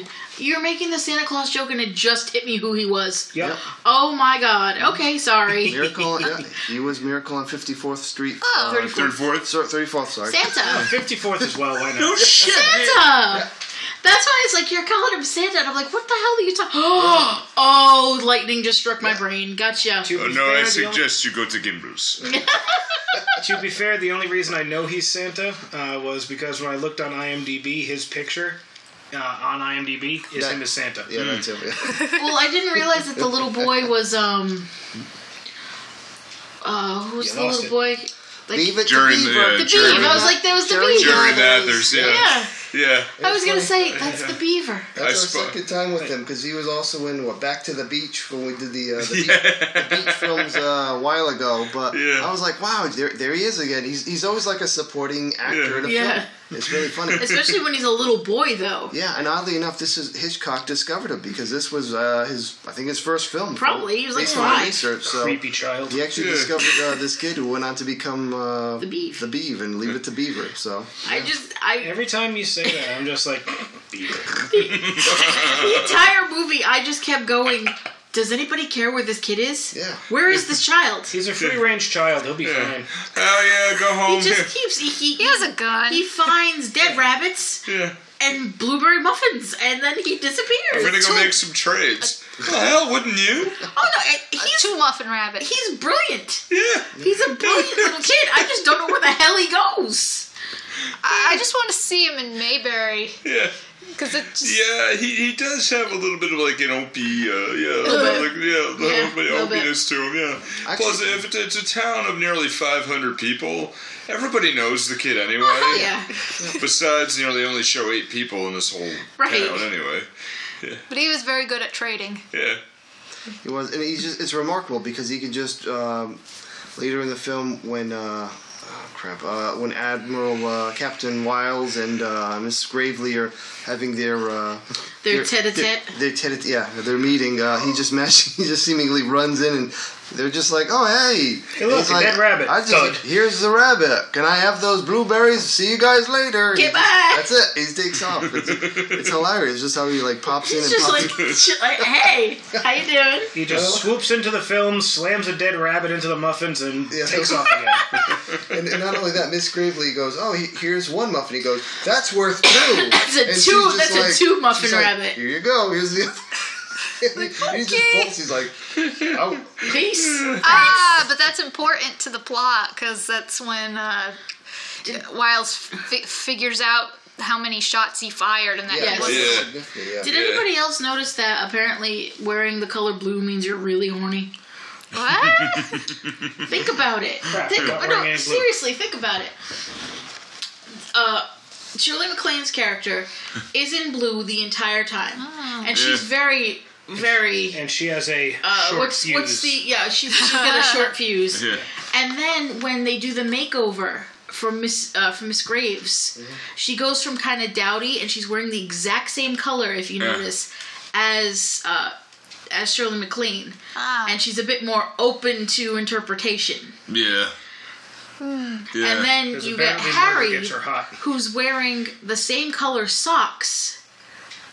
S6: god! You're making the Santa Claus joke and it just hit me who he was.
S5: Yep.
S6: Oh my god. Okay, sorry.
S4: Miracle, yeah, he was Miracle on 54th Street.
S2: Oh.
S4: uh,
S3: Third, fourth.
S4: sor- 34th, sorry.
S6: Santa!
S5: 54th as well, why not?
S6: Santa! That's why it's like you're calling him Santa, and I'm like, what the hell are you talking? Oh, oh, lightning just struck my brain. Gotcha.
S5: To
S3: Oh,
S5: be
S3: no, I
S5: fair, the only-
S3: suggest you go to Gimbrews.
S5: to be fair, the only reason I know he's Santa uh, was because when I looked on IMDb, his picture uh, on IMDb is
S4: That-
S5: him as Santa.
S4: Yeah, that's it. yeah.
S6: Well, I didn't realize that the little boy was um. Uh, who's
S5: You
S6: the
S5: lost
S6: little boy? Like
S4: Leave it
S3: During
S4: to
S3: the,
S4: Beaver.
S3: uh,
S6: the
S3: Jerry
S6: beaver. I was
S4: Maguire.
S6: like, there was the
S4: Jerry
S6: beaver.
S3: During that,
S4: Maguire.
S3: there's yeah,
S6: yeah,
S3: yeah.
S6: I was gonna say that's the beaver.
S4: That's
S3: I
S4: our
S3: spot-
S4: second time with him because he was also in what Back to the Beach when we did the, uh, the, beach, the beach films uh, a while ago. But
S3: Yeah.
S4: I was like, wow, there, there he is again. He's, he's always like a supporting actor
S3: Yeah.
S4: in a
S6: Yeah.
S4: film. It's really funny.
S6: Especially when he's a little boy, though.
S4: yeah, and oddly enough, this is Hitchcock discovered him because this was uh, his, I think, his first film.
S6: Probably. He was, like,
S4: Based on my
S6: five.
S4: research, so
S5: Creepy child.
S4: He actually
S3: Yeah.
S4: discovered uh, this kid who went on to become uh,
S6: The Beeve.
S4: the Beeve, and leave it to Beaver. So
S6: I just, I
S5: Every time you say that, I'm just like, beaver.
S6: the entire movie, I just kept going. Does anybody care where this kid is?
S4: Yeah.
S6: Where is this child?
S5: He's a free range child. He'll be
S3: Yeah.
S5: fine.
S3: Hell yeah, go
S6: He
S3: home.
S6: just keeps he he,
S2: He has a gun.
S6: he finds dead rabbits
S3: yeah.
S6: and blueberry muffins, and then he disappears.
S3: I'm gonna go
S6: Two-
S3: make some trades. the hell, wouldn't you?
S6: Oh no, I- he's
S2: Two muffin rabbits.
S6: he's brilliant.
S3: Yeah.
S6: He's a brilliant little kid. I just don't know where the hell he goes.
S2: I I just want to see him in Mayberry.
S3: Yeah.
S2: because it just
S3: Yeah, he, he does have a little bit of like an opie, uh, yeah,
S6: bit.
S3: like, yeah, the
S6: Yeah,
S3: opi-
S6: little bit.
S3: opiness to him, yeah.
S4: Actually-
S3: Plus, if it's- it's a town of nearly 500 people, everybody knows the kid anyway.
S6: Oh, yeah.
S3: Besides, you know, they only show eight people in this whole
S6: Right.
S3: town anyway.
S2: but he was very good at trading
S3: Yeah.
S4: He was, and he's just, it's remarkable because he could just um, later in the film when uh, oh, crap uh, when Admiral uh, Captain Wiles and uh, Miss Gravely are having their uh,
S6: Their tete-a-tete.
S4: their, their tete yeah their meeting uh, he just mash he just seemingly runs in and they're just like oh hey
S5: Hey, look,
S4: He's
S5: a
S4: like,
S5: dead rabbit.
S4: I just
S5: Thud.
S4: here's the rabbit can I have those blueberries see you guys later
S6: Goodbye.
S4: that's it he takes off it's, it's hilarious just how he like pops in
S6: It's
S4: and
S6: just
S4: pops
S6: like, shit, like, hey, how you doing?
S5: He just swoops into the film, slams a dead rabbit into the muffins, and
S4: Yeah.
S5: takes off again.
S4: And, and not only that, Miss Gravely goes, "Oh, he, here's one muffin." He goes, "That's worth two.
S6: That's a
S4: And she's
S6: two-
S4: just
S6: that's a two muffin
S4: she's like,
S6: rabbit.
S4: Here you go. Here's the. Other. he just
S6: okay.
S4: bolts. He's like, "Oh,
S6: Peace.
S2: ah but that's important to the plot because that's when uh, Wiles fi- figures out how many shots he fired and that
S4: yeah,
S6: Yes.
S2: he
S4: that's
S2: wasn't
S3: Yeah.
S4: significant, yeah."
S6: Did anybody else notice that apparently wearing the color blue means you're really horny?
S2: what
S6: Think about it. think,
S5: about
S6: no,
S5: wearing any blue.
S6: seriously, think about it. Uh, Shirley MacLaine's character is in blue the entire time, and she's very, very.
S5: And she has a
S6: Uh,
S5: short
S6: what's
S5: fuse.
S6: what's the yeah? She, she's got a short fuse.
S3: Yeah.
S6: And then when they do the makeover for Miss uh, for Miss Graves,
S5: Mm-hmm.
S6: she goes from kind of dowdy, and she's wearing the exact same color, if you
S3: Yeah.
S6: notice, as uh, as Shirley MacLaine,
S2: Ah.
S6: and she's a bit more open to interpretation.
S3: Yeah. Yeah.
S6: And then
S5: 'Cause
S6: you get
S5: apparently
S6: Harry,
S5: Murder gets her hot.
S6: who's wearing the same color socks.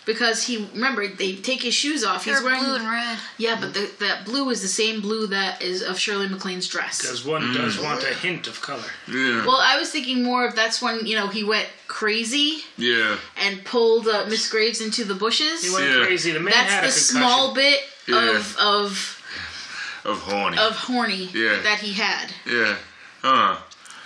S6: Because he remember they take his shoes off. He's
S2: they're
S6: wearing
S2: blue and red
S6: yeah, but the, that blue is the same blue that is of Shirley MacLaine's dress.
S5: Because one
S3: Mm.
S5: does want a hint of color.
S3: yeah.
S6: Well, I was thinking more of that's when you know he went crazy
S3: yeah.
S6: and pulled uh, Miss Graves into the bushes.
S5: He went
S3: Yeah.
S5: crazy. The man
S6: that's
S5: had a
S6: the
S5: concussion.
S6: small bit
S3: Yeah.
S6: of of
S3: Of horny.
S6: of horny
S3: Yeah.
S6: that he had.
S3: yeah. Huh.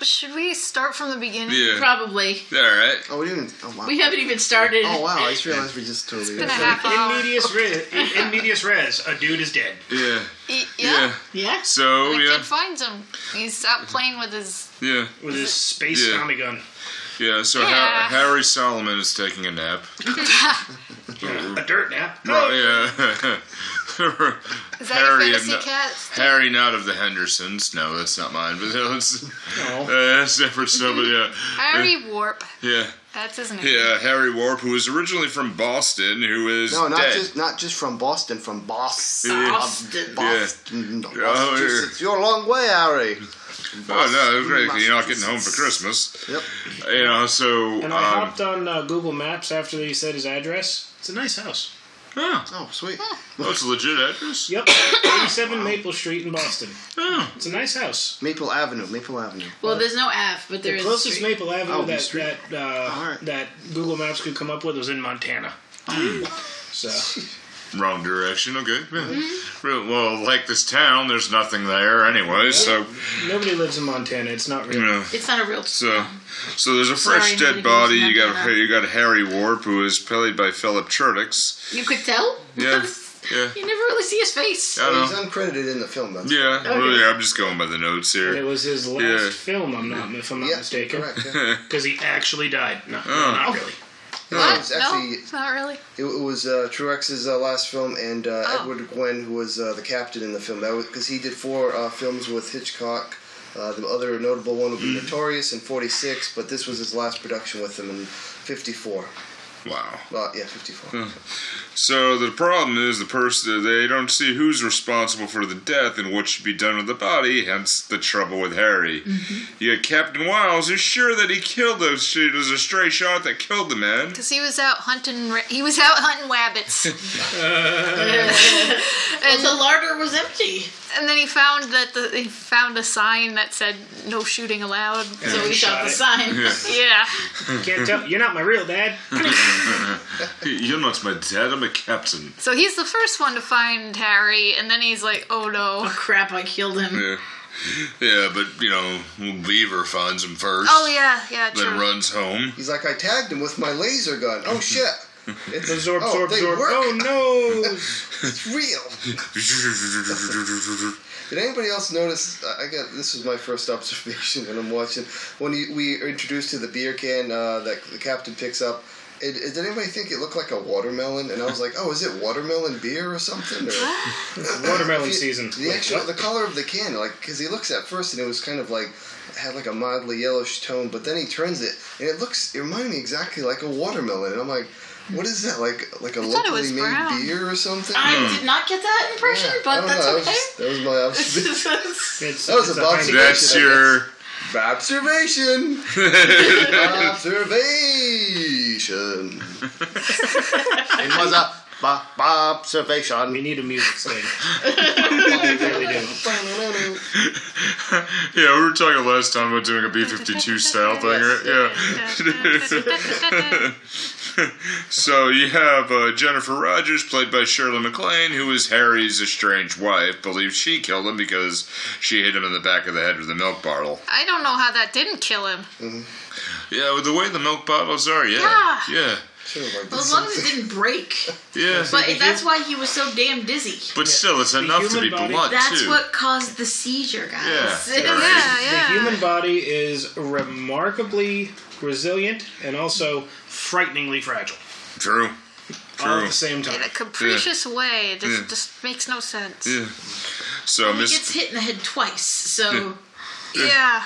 S2: should we start from the beginning
S3: Yeah.
S6: Probably
S3: All right.
S4: Oh, we didn't. Oh wow.
S6: we haven't even started.
S4: oh wow. I just realized we just totally.
S2: been a half
S5: In
S2: hour
S5: medias, res, in, in medias res, a dude is dead.
S3: Yeah.
S2: yeah,
S3: Yeah.
S6: Yeah,
S3: So,
S2: The
S3: yeah.
S2: kid finds him. He's out playing with his.
S3: Yeah.
S5: With his space
S3: Yeah.
S5: Tommy gun.
S3: Yeah. So
S2: Yeah.
S3: Ha- Harry Solomon is taking a nap.
S5: A dirt nap.
S3: Well, yeah.
S2: Is that
S3: Harry
S2: a fantasy
S3: and- uh,
S2: cat?
S3: Harry, not of the Hendersons. No, that's not mine. But that's,
S5: Oh,
S3: uh, that's different stuff. But yeah,
S2: Harry Warp.
S3: yeah,
S2: That's his name.
S3: yeah. Harry Warp, who is originally from Boston, who is
S4: No, not
S3: dead.
S4: just not just from Boston, from Boston,
S3: Yeah.
S6: Austin.
S4: Boston,
S3: yeah.
S4: Massachusetts. You're a long way, Harry.
S3: Oh no,
S4: Boston,
S3: it's great. You're not getting home for
S4: Massachusetts.
S3: Christmas.
S4: Yep.
S3: You know, so
S5: And I
S3: um,
S5: hopped on uh, Google Maps after he said his address. It's a nice house.
S3: yeah,
S4: Oh, sweet.
S3: that's a legit address.
S5: Yep, 87 Maple Street in Boston.
S3: Yeah.
S5: It's a nice house.
S4: Maple Avenue. Maple Avenue.
S6: Well, there's no Av, but there
S5: the
S6: is a
S5: closest
S6: street.
S5: Maple Avenue
S4: Oh, the
S5: that
S4: street.
S5: that, uh,
S4: Alright.
S5: that Google Maps could come up with was in Montana. so
S3: Wrong direction. Okay. Yeah. Real- Well, like this town, there's nothing there anyway. So
S5: nobody lives in Montana. It's not real.
S3: you know.
S6: It's not a real.
S3: So, so there's a
S6: Sorry,
S3: fresh
S6: no,
S3: dead
S6: you
S3: body.
S6: didn't
S3: You
S6: have
S3: got
S6: that.
S3: you got Harry Warp, who is played by Philip Churdix.
S6: You could tell.
S3: Yeah, yeah.
S6: you never really see his face.
S3: I
S4: He's
S3: don't know.
S4: uncredited in the film. That's
S3: Yeah, well, yeah. I'm just going by the notes
S5: It
S3: here.
S5: was his last
S3: Yeah.
S5: film. I'm not if I'm not
S4: Yeah,
S5: mistaken.
S4: correct. Yeah.
S5: Because he actually died. No, not really.
S4: It
S2: What?
S4: was actually
S2: no, not really.
S4: It, it was uh, Truex's uh, last film, and uh,
S2: Oh.
S4: Edward Gwynn, who was uh, the captain in the film, that because he did four uh, films with Hitchcock. Uh, the other notable one would be
S3: Mm.
S4: Notorious in '46, but this was his last production with him in '54.
S3: Wow.
S4: Well, yeah, '54.
S3: So the problem is the person they don't see who's responsible for the death and what should be done with the body. Hence the trouble with Harry. You got Captain Wiles, who's sure that he killed those. It was a stray shot that killed the man.
S2: Because he was out hunting. ra- He was out hunting wabbits,
S6: And the larder was empty.
S2: and then he found that the, he found a sign that said "No shooting allowed."
S6: So we
S5: Shot
S6: shot the
S5: it.
S6: sign.
S2: Yeah,
S5: Can't tell. You're not my real dad.
S3: You're not my dad. I'm a captain.
S2: so he's the first one to find Harry, and then he's like, "Oh no."
S6: Crap! I killed him.
S3: Yeah. Yeah, but you know, Beaver finds him first.
S2: Oh yeah, yeah,
S3: Then
S2: true.
S3: runs home.
S4: He's like, I tagged him with my laser gun. Oh shit!
S5: The Zorb,
S4: Oh,
S5: Zorb,
S4: they
S5: Zorb.
S4: work.
S5: Oh no!
S4: It's real. Did anybody else notice? I got this was my first observation when I'm watching when you, we are introduced to the beer can uh, that the captain picks up. It, it- did anybody think it looked like a watermelon? And I was like, oh, is it watermelon beer or something? Or,
S5: Watermelon season.
S4: The actual the color of the can, like because he looks at first and it was kind of like had like a mildly yellowish tone, but then he turns it and it looks it reminded me exactly like a watermelon. And I'm like, what is that? Like like a
S2: thought it was
S4: locally made
S2: brown.
S4: beer or something?
S6: I did not get that impression,
S4: Yeah, I
S6: but
S4: don't
S6: that's
S4: know,
S6: okay.
S4: That was, that was my observation.
S5: It's,
S4: That was
S5: it's
S4: a
S5: a
S4: box of
S5: Heineken.
S3: That's your.
S4: Observation. observation. it was a b-
S5: We
S4: observation.
S5: need a music stand.
S3: Yeah, we were talking last time about doing a B 52 style thing, right? Yeah. so you have uh, Jennifer Rogers, played by Shirley MacLaine, who is Harry's estranged wife, believes she killed him because she hit him in the back of the head with a milk bottle.
S2: I don't know how that didn't kill him.
S3: Yeah, with the way the milk bottles are, yeah.
S2: Yeah.
S3: Yeah.
S6: As long as it didn't break.
S3: Yeah. But,
S6: But that's why he was so damn dizzy.
S3: still, it's enough to
S5: human
S3: be
S5: body-
S3: blunt,
S6: That's
S3: too.
S6: what caused the seizure, guys.
S3: Yeah, you're right.
S2: Yeah,
S5: The
S2: yeah.
S5: human body is remarkably resilient and also frighteningly fragile.
S3: True.
S5: All
S3: True.
S5: at the same
S2: in a
S5: time.
S2: capricious way. It just,
S3: Yeah.
S2: just makes no sense.
S3: Yeah. So,
S6: He
S3: Miss.
S6: gets hit in the head twice, so
S2: Yeah.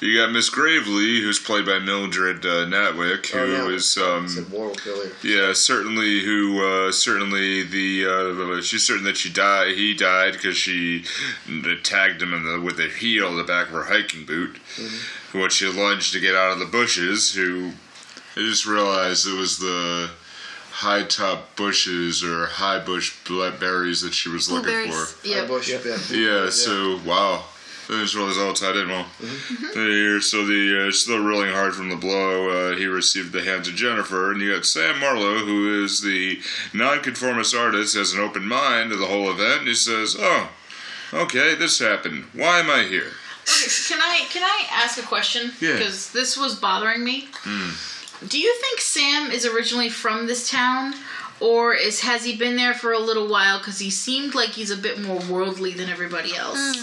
S3: You got Miss Gravely, who's played by Mildred uh, Natwick, who
S4: Oh, yeah.
S3: is, um,
S4: Moral failure.
S3: yeah, certainly who uh, certainly the uh, she's certain that she died. He died because she tagged him in the, with a heel in the back of her hiking boot when she lunged to get out of the bushes. Who I just realized it was the high top bushes or high bush ble- berries that she was looking for.
S2: Blueberries.
S4: Yeah.
S2: Yeah.
S4: Bush, yeah.
S3: Yeah, so wow. As well as all tied in well. Mm-hmm. Here, so the uh, still reeling hard from the blow uh, he received the hands of Jennifer, and you got Sam Marlowe, who is the nonconformist artist, has an open mind to the whole event. He says, "Oh, okay, this happened. Why am I here?"
S6: Okay, can I can I ask a question?
S3: Yeah.
S6: Because this was bothering me. Do you think Sam is originally from this town, or is has he been there for a little while? Because he seemed like he's a bit more worldly than everybody else.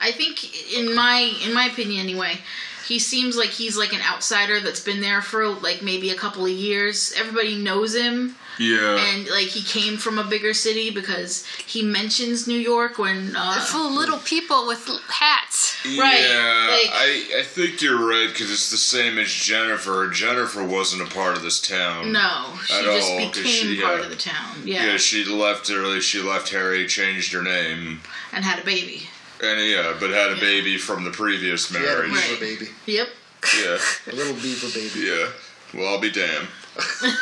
S6: I think, in my in my opinion, anyway, he seems like he's like an outsider that's been there for like maybe a couple of years. Everybody knows him
S3: Yeah,
S6: and like he came from a bigger city because he mentions New York when uh,
S2: Full of little people with l- hats.
S6: right,
S3: Yeah,
S6: like-
S3: I I think you're right because it's the same as Jennifer. Jennifer wasn't a part of this town.
S6: no, she
S3: At
S6: just
S3: all, 'cause
S6: became
S3: she,
S6: part
S3: uh,
S6: of the town, yeah,
S3: Yeah, she left early. She left Harry, changed her name.
S6: and had a baby.
S3: And yeah, but had a baby from the previous
S4: He had a
S3: marriage.
S4: beaver
S6: Right.
S4: baby.
S6: Yep.
S3: Yeah,
S4: A little beaver baby.
S3: yeah. Well, I'll be damned.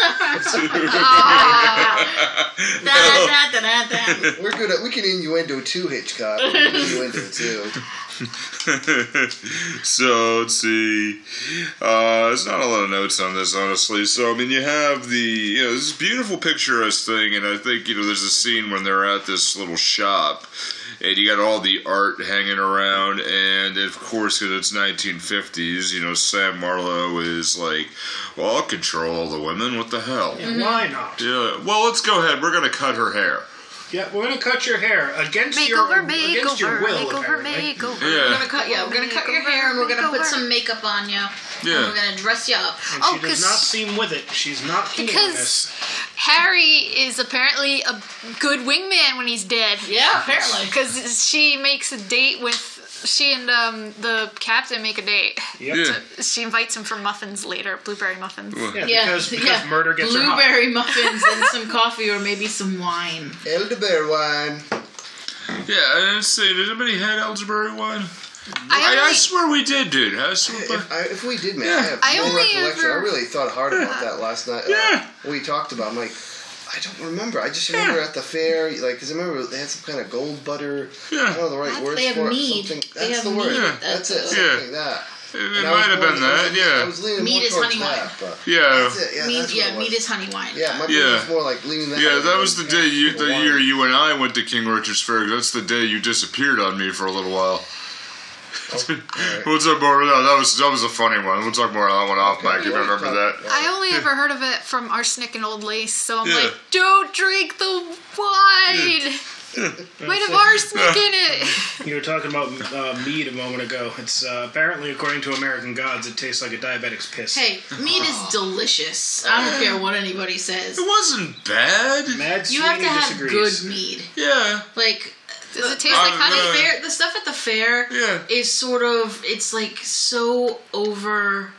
S6: Da, da, da, da, da, da.
S4: We're good at we can innuendo too, Hitchcock. We can innuendo too.
S3: so let's see. Uh, there's not a lot of notes on this, honestly. So I mean, you have the you know this beautiful picturesque thing, and I think you know there's a scene when they're at this little shop. And you got all the art hanging around, and of course, because it's 1950s, you know, Sam Marlowe is like, "Well, I'll control all the women. What the hell?"
S5: Why not?
S3: Yeah. Well, let's go ahead. We're gonna cut her hair.
S5: Yeah, we're gonna cut your hair against your
S2: Makeover,
S5: against your
S2: makeover,
S5: will.
S2: makeover,
S5: apparently.
S2: makeover.
S6: We're
S3: Yeah.
S6: gonna cut, yeah, we're gonna cut your hair and we're gonna put some makeup on you. And
S3: Yeah.
S6: we're gonna dress you up.
S5: And
S2: Oh,
S5: she does
S2: 'cause-
S5: not seem with it. She's not keen on
S2: Because
S5: this.
S2: Harry is apparently a good wingman when he's dead.
S6: Yeah, apparently.
S2: Because she makes a date with. She and um, the captain make a date.
S5: Yep.
S3: Yeah.
S2: She invites him for muffins later, blueberry muffins.
S5: Yeah,
S6: Yeah,
S5: because, because
S6: yeah.
S5: murder gets her hot.
S6: blueberry muffins and some coffee or maybe some wine.
S4: Elderberry wine.
S3: Yeah, I didn't see. Did anybody had elderberry wine?
S2: I
S3: I, I
S2: only-
S3: swear we did, dude. I swear.
S4: If, I, if we did, man, I have
S2: I
S4: no
S2: only
S4: recollection. I
S2: ever-
S4: really thought hard about that last night.
S3: Yeah.
S4: Uh, we talked about. I'm like, I don't remember. I just remember at the fair, like, because I remember they had some kind of gold butter. I don't know
S3: yeah,
S4: the right
S6: That's-
S4: word
S6: they have
S4: for
S6: mead.
S4: it. Something.
S6: They
S4: That's
S6: have
S4: the word.
S6: mead. Yeah.
S4: That's it.
S6: That's-
S4: Something
S3: Yeah.
S4: like that.
S3: it,
S4: And
S3: it
S4: I was
S3: might have
S4: going-
S3: been
S4: I was
S3: that.
S4: leaning- I
S3: Yeah,
S4: was leaning
S6: Mead
S4: more
S6: is
S4: towards
S6: honey wine.
S4: that, but
S3: yeah,
S4: that's it. Yeah,
S6: mead,
S4: that's what
S6: yeah,
S4: it was.
S6: meat is honey wine.
S4: Yeah, my
S3: Yeah.
S4: brain was more like leaning that.
S3: yeah.
S4: way
S3: That
S4: than-
S3: was the day you, the
S4: wine.
S3: year you and I went to King Richard's Fair. That's the day you disappeared on me for a little while. We'll talk more. No, that was that was a funny one. We'll talk more on that one off mic if I remember that.
S2: I only ever heard of it from arsenic and old lace, so I'm
S3: Yeah.
S2: like, don't drink the wine. Might have arsenic in it.
S5: You were talking about uh, mead a moment ago. It's uh, apparently, according to American gods, it tastes like a diabetic's piss.
S6: Hey, meat is delicious. I don't care what anybody says.
S3: It wasn't bad.
S5: Mad
S6: You
S5: Sweeney
S6: have to have
S5: disagrees.
S6: good mead.
S3: Yeah.
S6: Like
S2: Does it taste like
S3: Uh,
S2: honey?
S3: uh,
S6: fair, the stuff at the fair
S3: Yeah.
S6: is sort of it's like so over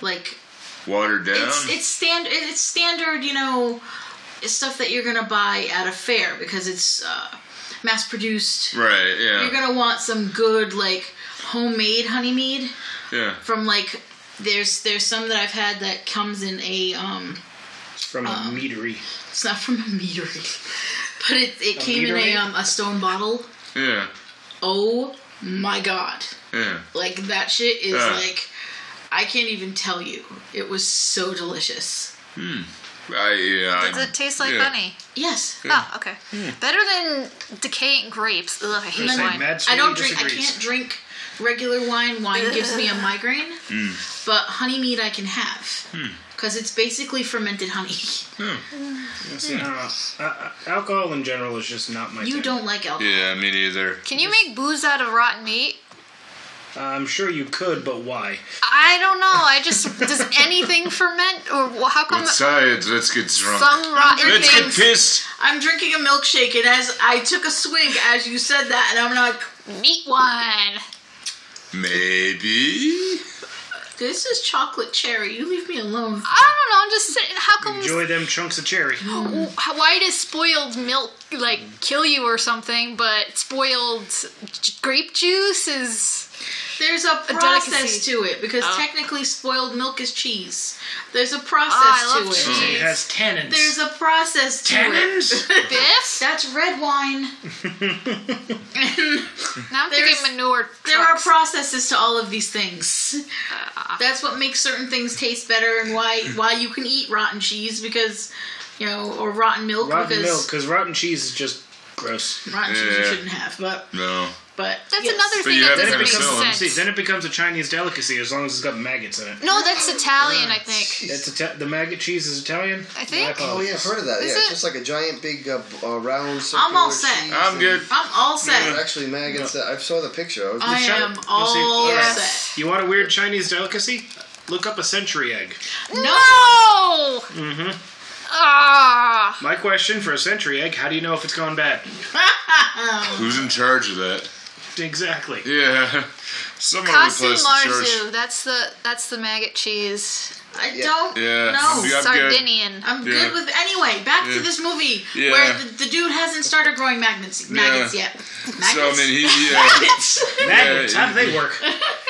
S6: like
S3: Watered down.
S6: it's it's standard it's standard you know stuff that you're gonna buy at a fair because it's uh, mass produced
S3: right. Yeah.
S6: you're gonna want some good like homemade honey mead
S3: yeah.
S6: from like there's there's some that I've had that comes in a um
S5: From a meadery.
S6: it's not from a meadery but it, it came in a
S5: meadery?
S6: um a stone bottle
S3: Yeah.
S6: oh my god
S3: Yeah.
S6: like that shit is
S3: Yeah.
S6: like I can't even tell you it was so delicious
S3: I yeah.
S2: Does it taste like
S3: yeah. Hmm.
S2: honey?
S6: yes
S2: Oh, okay. Better than decaying grapes. Ugh, I hate
S5: Say
S2: wine.
S5: Mad
S6: I
S5: Sweeney
S6: don't drink.
S5: disagrees.
S6: I can't drink regular wine. Wine gives me a migraine.
S3: Hmm.
S6: But honey mead I can have because it's basically fermented honey.
S5: See, I don't know. Uh, uh, alcohol in general is just not my
S6: hmm. You
S5: thing.
S6: don't like alcohol.
S3: yeah. Me neither.
S2: Can you make booze out of rotten meat?
S5: Uh, I'm sure you could, but why?
S2: I don't know. I just does anything ferment or wh- how come
S3: Let's science. Let's get drunk.
S2: some rotten
S3: Let's get
S2: things?
S3: pissed.
S6: I'm drinking a milkshake, and as I took a swig as you said that, and I'm like,
S2: meat wine.
S3: Maybe.
S6: "This is chocolate cherry. You leave me alone."
S2: I don't know. I'm just saying. How come?
S5: Enjoy them chunks of cherry.
S6: Oh,
S2: wh- Why does spoiled milk like kill you or something? But spoiled j- grape juice is
S6: There's a process
S2: delicacy. Oh.
S6: to it because technically spoiled milk is cheese. There's a process
S2: Ah, I
S6: to
S2: love
S6: it.
S2: cheese.
S5: It has tannins.
S6: There's a process to it.
S5: tannins.
S2: biff.
S6: That's red wine.
S2: Now I'm
S6: There's-
S2: thinking manure.
S6: There are
S2: trucks.
S6: processes to all of these things.
S2: Ah.
S6: That's what makes certain things taste better, and why why you can eat rotten cheese because you know, or rotten milk
S5: rotten milk,
S6: because
S5: because rotten cheese is just gross.
S6: rotten cheese you
S3: Yeah.
S6: shouldn't have. But
S3: No.
S6: but
S2: That's
S6: yes.
S2: another
S3: you
S2: thing that
S3: have to
S2: doesn't
S3: have
S2: make
S3: it sewn.
S2: sense.
S5: See, then it becomes a Chinese delicacy as long as it's got maggots in it.
S2: No, that's Italian. I think.
S5: It's Ita- the maggot cheese is Italian.
S2: I think.
S4: Oh yeah, I've heard of that.
S2: Is it-
S4: yeah, it's just like a giant, big, uh, b- uh, round.
S6: I'm
S4: circular
S6: all set.
S4: cheese
S3: I'm
S4: and-
S3: good.
S6: I'm all
S4: They're
S6: set.
S4: Actually, maggots. That I saw the picture. I was
S6: I
S5: shut
S6: am
S5: up. We'll see.
S6: all
S5: Yes.
S6: set.
S5: You want a weird Chinese delicacy? Look up a century egg.
S2: No. Mm-hmm. Ah.
S5: My question for a century egg: How do you know if it's gone bad?
S3: Who's in charge of that?
S5: Exactly.
S3: Yeah. Someone
S2: Kasu
S3: replaced the
S2: Marzu.
S3: church.
S2: That's the that's the maggot cheese.
S6: I don't
S3: Yeah.
S6: know.
S3: Yeah, I'm good.
S2: Sardinian.
S6: I'm
S3: Yeah.
S6: good with anyway. Back
S3: Yeah.
S6: to this movie
S3: Yeah.
S6: where the, the dude hasn't started growing magnets maggots
S3: Yeah.
S6: yet.
S3: So I
S6: Magnets.
S3: mean, he yeah,
S5: Magnets.
S3: Yeah,
S5: How do they work?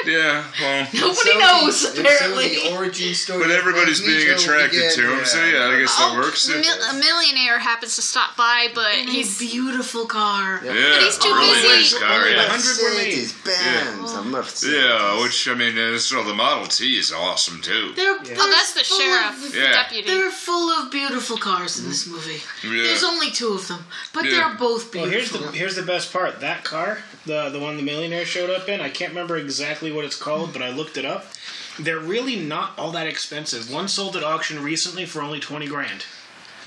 S3: yeah. Well,
S6: Nobody
S4: So
S6: knows
S4: the- so
S6: apparently.
S4: the origin story.
S3: but
S4: of
S3: everybody's being
S4: Magneto
S3: attracted
S4: began-
S3: to him, so yeah, I guess that works.
S2: Oh, Mil- a millionaire happens to stop by, but
S6: And
S2: he's
S6: his beautiful car.
S3: Yeah,
S2: he's too
S3: really
S2: busy.
S3: nice car. Yeah.
S5: Yeah.
S4: Mercedes Benz. A Mercedes.
S3: Yeah, which I mean, it's, well, the Model T is awesome too.
S6: They're,
S2: oh, that's the sheriff
S6: Of,
S2: the
S3: Yeah.
S2: deputy.
S6: they're full of beautiful cars in this movie.
S3: Yeah.
S6: There's only two of them, but
S3: Yeah.
S6: they're both
S5: Well, here's the
S6: beautiful.
S5: here's the best part. That car, the the one the millionaire showed up in, I can't remember exactly what it's called, but I looked it up. They're really not all that expensive. One sold at auction recently for only twenty grand.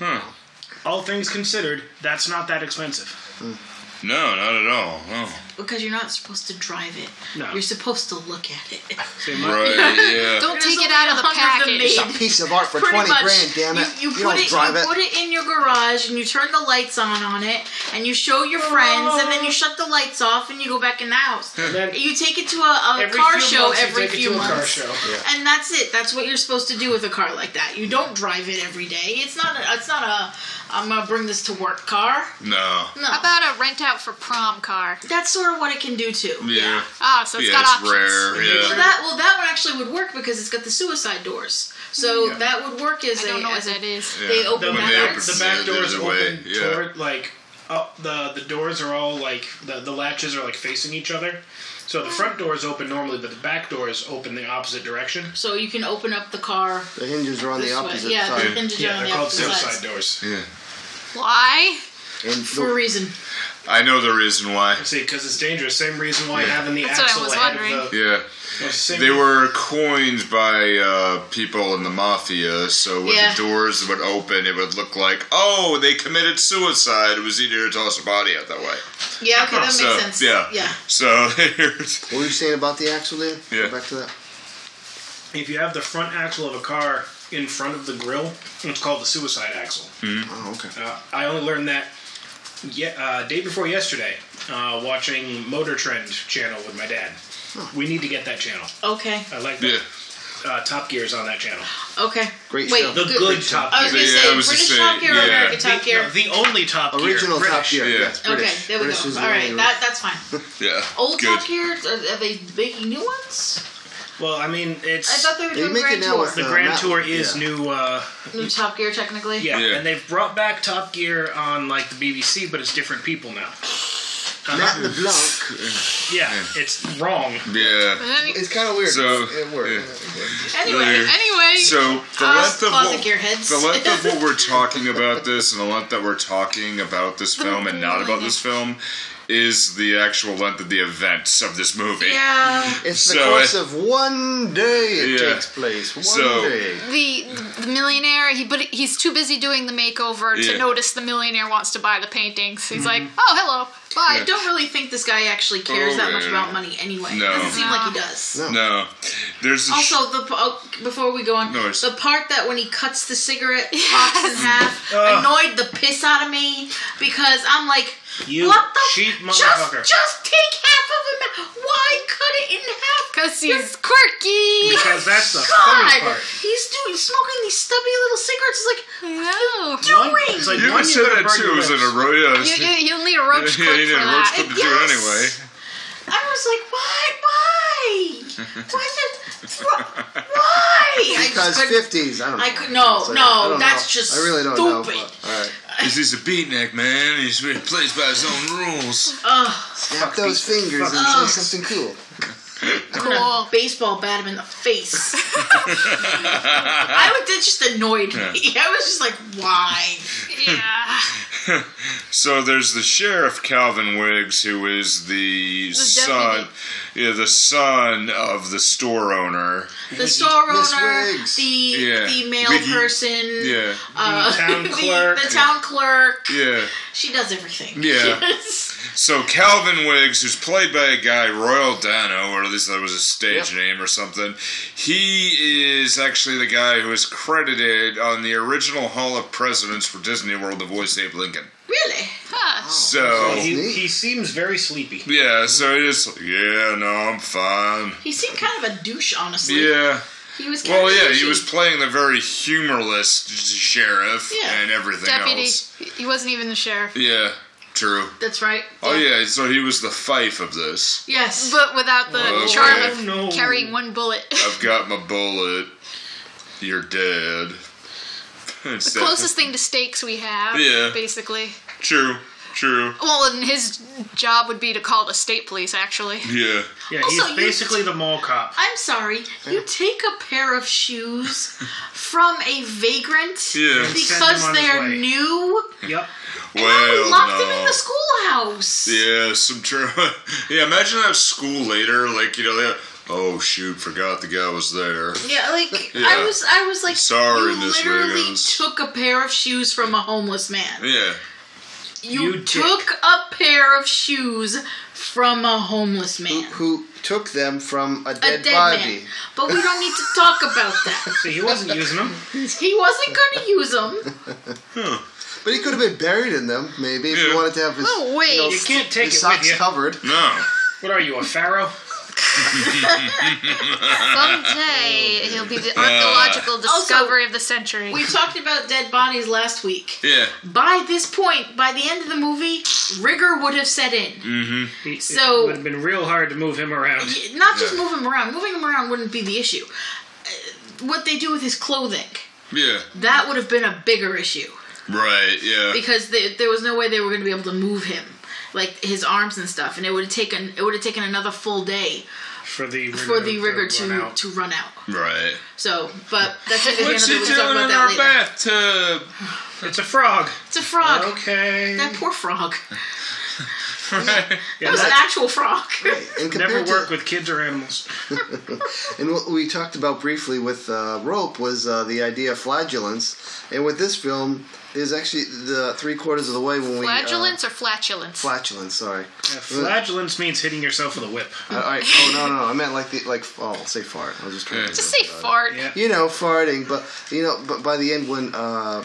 S3: Huh.
S5: All things considered, that's not that expensive.
S3: No, not at all. Oh.
S6: because you're not supposed to drive it.
S5: No.
S6: You're supposed to look at it.
S5: Say my-
S3: Right? Yeah.
S2: Don't
S6: There's
S2: take it
S6: only
S2: out of the
S6: 100 of them
S2: package.
S6: made.
S4: It's a piece of art for
S6: Pretty
S4: twenty
S6: much,
S4: grand. Damn it!
S6: You, you put
S4: don't
S6: it,
S4: drive
S6: you
S4: it.
S6: put it in your garage, and you turn the lights on on it, and you show your
S5: Oh.
S6: friends, and then you shut the lights off, and you go back in the house.
S4: Hmm.
S5: then
S6: You take it to a, a
S5: every
S6: car
S5: few
S6: show
S5: months you
S6: every
S5: take it
S6: few
S5: to a
S6: months.
S5: car show.
S6: And that's it. That's what you're supposed to do with a car like that. You don't drive it every day. It's not. A, it's not a. I'm gonna bring this to work car.
S3: No.
S6: No.
S2: How about a rent out for prom car?
S6: That's sort of what it can do too.
S3: Yeah.
S2: Oh, so it's
S3: Yeah,
S2: got
S3: it's
S2: options.
S3: rare.
S6: Well,
S3: Yeah.
S6: that well, that one actually would work because it's got the suicide doors. So that would work
S2: I
S6: as a
S2: don't know what
S6: as a
S2: that is.
S6: They
S3: Yeah.
S6: open
S5: the
S6: When
S5: back,
S6: they
S5: the
S6: open
S3: it,
S5: back doors
S3: there's a
S5: open
S3: way. Yeah.
S5: toward like up the the doors are all like the, the latches are like facing each other. So the front doors open normally, but the back doors open the opposite direction.
S6: So you can open up the car
S4: The hinges are on the
S6: this
S4: opposite
S6: way. Yeah, the
S4: side.
S6: hinges are
S5: Yeah,
S6: on
S5: they're
S6: the
S5: called
S6: opposite
S5: suicide
S6: sides.
S5: doors.
S3: Yeah.
S2: Why?
S4: And
S6: For a
S4: the,
S6: reason.
S3: I know the reason why.
S5: See, because it's dangerous. Same reason why having the
S2: That's what I
S5: axle
S2: was
S5: ahead
S2: wondering.
S5: of the.
S3: Yeah.
S5: same-
S3: They were coined by uh, people in the mafia, so when
S6: Yeah.
S3: the doors would open, it would look like, oh, they committed suicide. It was easier to toss a body out that way.
S6: Yeah, okay, that makes
S3: So,
S6: sense.
S3: uh, yeah.
S6: yeah.
S3: So,
S4: What were you saying about the axle, Dan?
S3: Yeah.
S4: Go back to that.
S5: If you have the front axle of a car in front of the grill, it's called the suicide axle.
S3: Mm.
S4: Oh, okay.
S5: Uh, I only learned that ye- uh, day before yesterday, uh, watching Motor Trend channel with my dad. We need to get that channel.
S6: Okay.
S5: I like
S3: yeah.
S5: that. Uh, Top Gear's on that channel.
S6: Okay.
S4: Great
S6: Wait,
S4: show.
S5: The good, Top
S6: I was
S5: Gear.
S6: gonna
S3: Yeah,
S6: say
S3: I was
S6: British
S3: just saying,
S6: Top Gear or
S3: yeah.
S6: American Oh, Top Gear.
S5: The, the only Top Gear.
S4: Original Top
S5: British.
S4: Gear.
S3: yeah.
S4: Yes,
S6: okay,
S4: British.
S6: there we
S4: British
S6: go.
S4: is the
S6: All right,
S4: only
S6: that, that's fine.
S3: Yeah.
S6: Old
S3: Good.
S6: Top Gear? Are, are they making new ones?
S5: Well, I mean,
S6: I
S5: it's
S6: thought they were
S4: They
S6: doing
S4: make it
S6: Grand
S4: now
S6: Tour.
S4: with
S5: the
S4: Uh,
S5: Grand
S4: Matt-
S5: Tour is
S4: yeah.
S5: new. Uh,
S6: New Top Gear, technically.
S5: yeah,
S3: Yeah.
S5: and they've brought back Top Gear on like the BBC, but it's different people now. Uh,
S4: Matt LeBlanc.
S5: Yeah, it's wrong.
S3: Yeah.
S2: Any-
S4: It's kind of weird.
S3: So,
S4: it worked.
S6: Anyway,
S2: Anyway,
S3: So, the
S6: us
S3: length of
S6: Uh, closet
S3: what-
S6: gearheads.
S3: the length of what we're talking about this and the length that we're talking about this film and not about this film is the actual length of the events of this movie.
S6: yeah.
S4: It's the
S3: So,
S4: course
S3: uh,
S4: of one day it
S3: Yeah.
S4: takes place. One
S3: So-
S4: day.
S2: the the millionaire he but he's too busy doing the makeover
S3: Yeah. Mm-hmm.
S2: to notice the millionaire wants to buy the paintings. He's like, "Oh, hello. Bye."
S6: I don't really think this guy actually cares
S3: Oh,
S6: that much
S3: man.
S6: about money anyway.
S3: No.
S6: Doesn't seem
S2: No.
S6: like he does.
S3: No. There's a
S6: Also, the p- oh, before we go on,
S3: No worries.
S6: the part that when he cuts the cigarette box in half annoyed the piss out of me because I'm like,
S5: You
S6: what the
S5: cheap
S6: Just,
S5: motherfucker.
S6: just take half of him. out. Why cut it in half?
S2: Cause he's quirky.
S5: Because that's the funny
S6: God,
S5: part.
S6: he's doing smoking these stubby little cigarettes. It's like
S2: no.
S5: One-
S6: doing?
S5: it's like
S3: You
S5: one
S3: would say that
S5: gotta burn
S3: too.
S5: your
S3: It was
S5: lips.
S3: in a row. Yeah, it was-
S2: You, you, you'll need a roach
S3: Yeah,
S2: clip
S3: you need
S2: for
S3: a roach
S2: that.
S3: clip to
S6: Yes.
S3: do it anyway.
S6: I was like, why, why, why is it, why?
S4: Because
S6: I could,
S4: 50s. I don't know.
S6: I could- no,
S4: It's like,
S6: no,
S4: I don't
S6: that's
S4: know.
S6: just
S4: I really don't know.
S6: stupid.
S4: but- All right.
S3: He's just a beatnik, man. He's plays by his own rules.
S4: Snap those fingers and say something cool.
S2: Cool.
S6: baseball bat him in the face. I was that just annoyed me. I was just like, why?
S2: Yeah.
S3: So there's the sheriff Calvin Wiggs, who is the, son, yeah, the son of the store owner.
S6: The store
S4: Miss
S6: owner,
S4: Wiggs.
S6: the
S3: Yeah.
S6: the mail
S3: Wiggy.
S6: person,
S3: Yeah,
S6: uh,
S5: The town clerk.
S6: the town clerk.
S3: yeah,
S6: She does everything.
S3: yeah.
S6: Yes.
S3: So Calvin Wiggs, who's played by a guy Royal Dano, or at least that was his stage name or something, he is actually the guy who is credited on the original Hall of Presidents for Disney World to voice Abe Lincoln.
S6: really?
S2: Huh.
S3: So
S5: Oh, He,
S4: neat.
S5: he seems very sleepy.
S3: yeah, so he's like, yeah, no, I'm fine.
S6: He seemed kind of a douche, honestly.
S3: Yeah.
S6: He was kind
S3: Well,
S6: of
S3: yeah,
S6: douchey.
S3: he was playing the very humorless sheriff
S6: Yeah.
S3: and everything
S2: Deputy.
S3: else.
S2: He- He wasn't even the sheriff,
S3: Yeah, true.
S6: That's right.
S3: Oh yeah, so he was the fife of this.
S6: Yes.
S2: but without the
S3: Whoa.
S2: charm of
S5: No.
S2: carrying one bullet.
S3: I've got my bullet. You're dead. It's
S2: Closest thing to stakes we have,
S3: Yeah.
S2: basically.
S3: True. True.
S2: Well, and his job would be to call the state police, actually.
S3: Yeah.
S5: Yeah,
S6: Also,
S5: he's
S6: you-
S5: basically the mall cop.
S6: I'm sorry. You take a pair of shoes from a vagrant
S3: Yeah.
S5: Send him
S6: because
S5: on his
S6: they're
S5: way.
S6: new.
S5: Yep.
S3: Well,
S6: I locked
S3: no.
S6: them in the schoolhouse.
S3: Yeah, some true. yeah, imagine that school later, like you know, they oh shoot, forgot the guy was there.
S6: Yeah, like
S3: Yeah.
S6: I was, I was like,
S3: Sorry,
S6: you
S3: Miss
S6: literally
S3: Wiggins.
S6: took a pair of shoes from a homeless man.
S3: Yeah.
S6: You,
S5: You dick.
S6: took a pair of shoes from a homeless man,
S4: Who took them from a
S6: a
S4: dead,
S6: dead
S4: body.
S6: man. But we don't need to talk about that.
S5: See, he wasn't using them.
S6: He wasn't going to use them.
S4: But he could have been buried in them, maybe, if he
S3: Yeah.
S4: wanted to have his,
S2: Oh, wait.
S5: You can't take
S4: his
S5: it with
S4: socks
S5: you.
S4: covered.
S3: No.
S5: What are you, a pharaoh?
S2: Someday it'll be the archaeological discovery of the century.
S6: We uh, talked about dead bodies last week.
S3: Yeah.
S6: By this point, by the end of the movie, rigor would have set in.
S4: Mm.
S5: He-
S6: So-
S5: it would have been real hard to move him around.
S6: Y- Not just move him around. Moving him around wouldn't be the issue. Uh, What they do with his clothing,
S3: Yeah.
S6: that would have been a bigger issue.
S3: Right. Yeah.
S6: because they, there was no way they were going to be able to move him like his arms and stuff and it would have taken it would have taken another full day
S5: for the rigor
S6: for the rigor
S5: to
S6: to
S5: run out.
S6: to run out
S3: Right.
S6: so but that's neither here nor
S3: What's
S6: there.
S3: he
S6: we can talk
S3: doing
S6: about
S3: in
S6: that
S3: our
S6: later
S3: bathtub?
S5: It's a frog.
S6: it's a frog
S5: Okay.
S6: that poor frog
S5: Yeah,
S6: That was an
S5: that-
S6: actual frog.
S4: And
S5: never
S4: compared
S5: work
S4: to,
S5: with kids or animals.
S4: and what we talked about briefly with uh, Rope was uh, the idea of flagellants, and with this film, there's actually the three quarters of the way when we
S2: Flagellants
S4: uh,
S2: or flatulence?
S4: flagellants. Sorry.
S5: Yeah, flagellance means hitting yourself with a whip.
S4: Uh, all right. Oh no, no, I meant like the like. Oh, I'll say fart. I was just trying to.
S2: Just say fart.
S5: Yeah.
S4: you know, farting. But you know, but by the end when uh,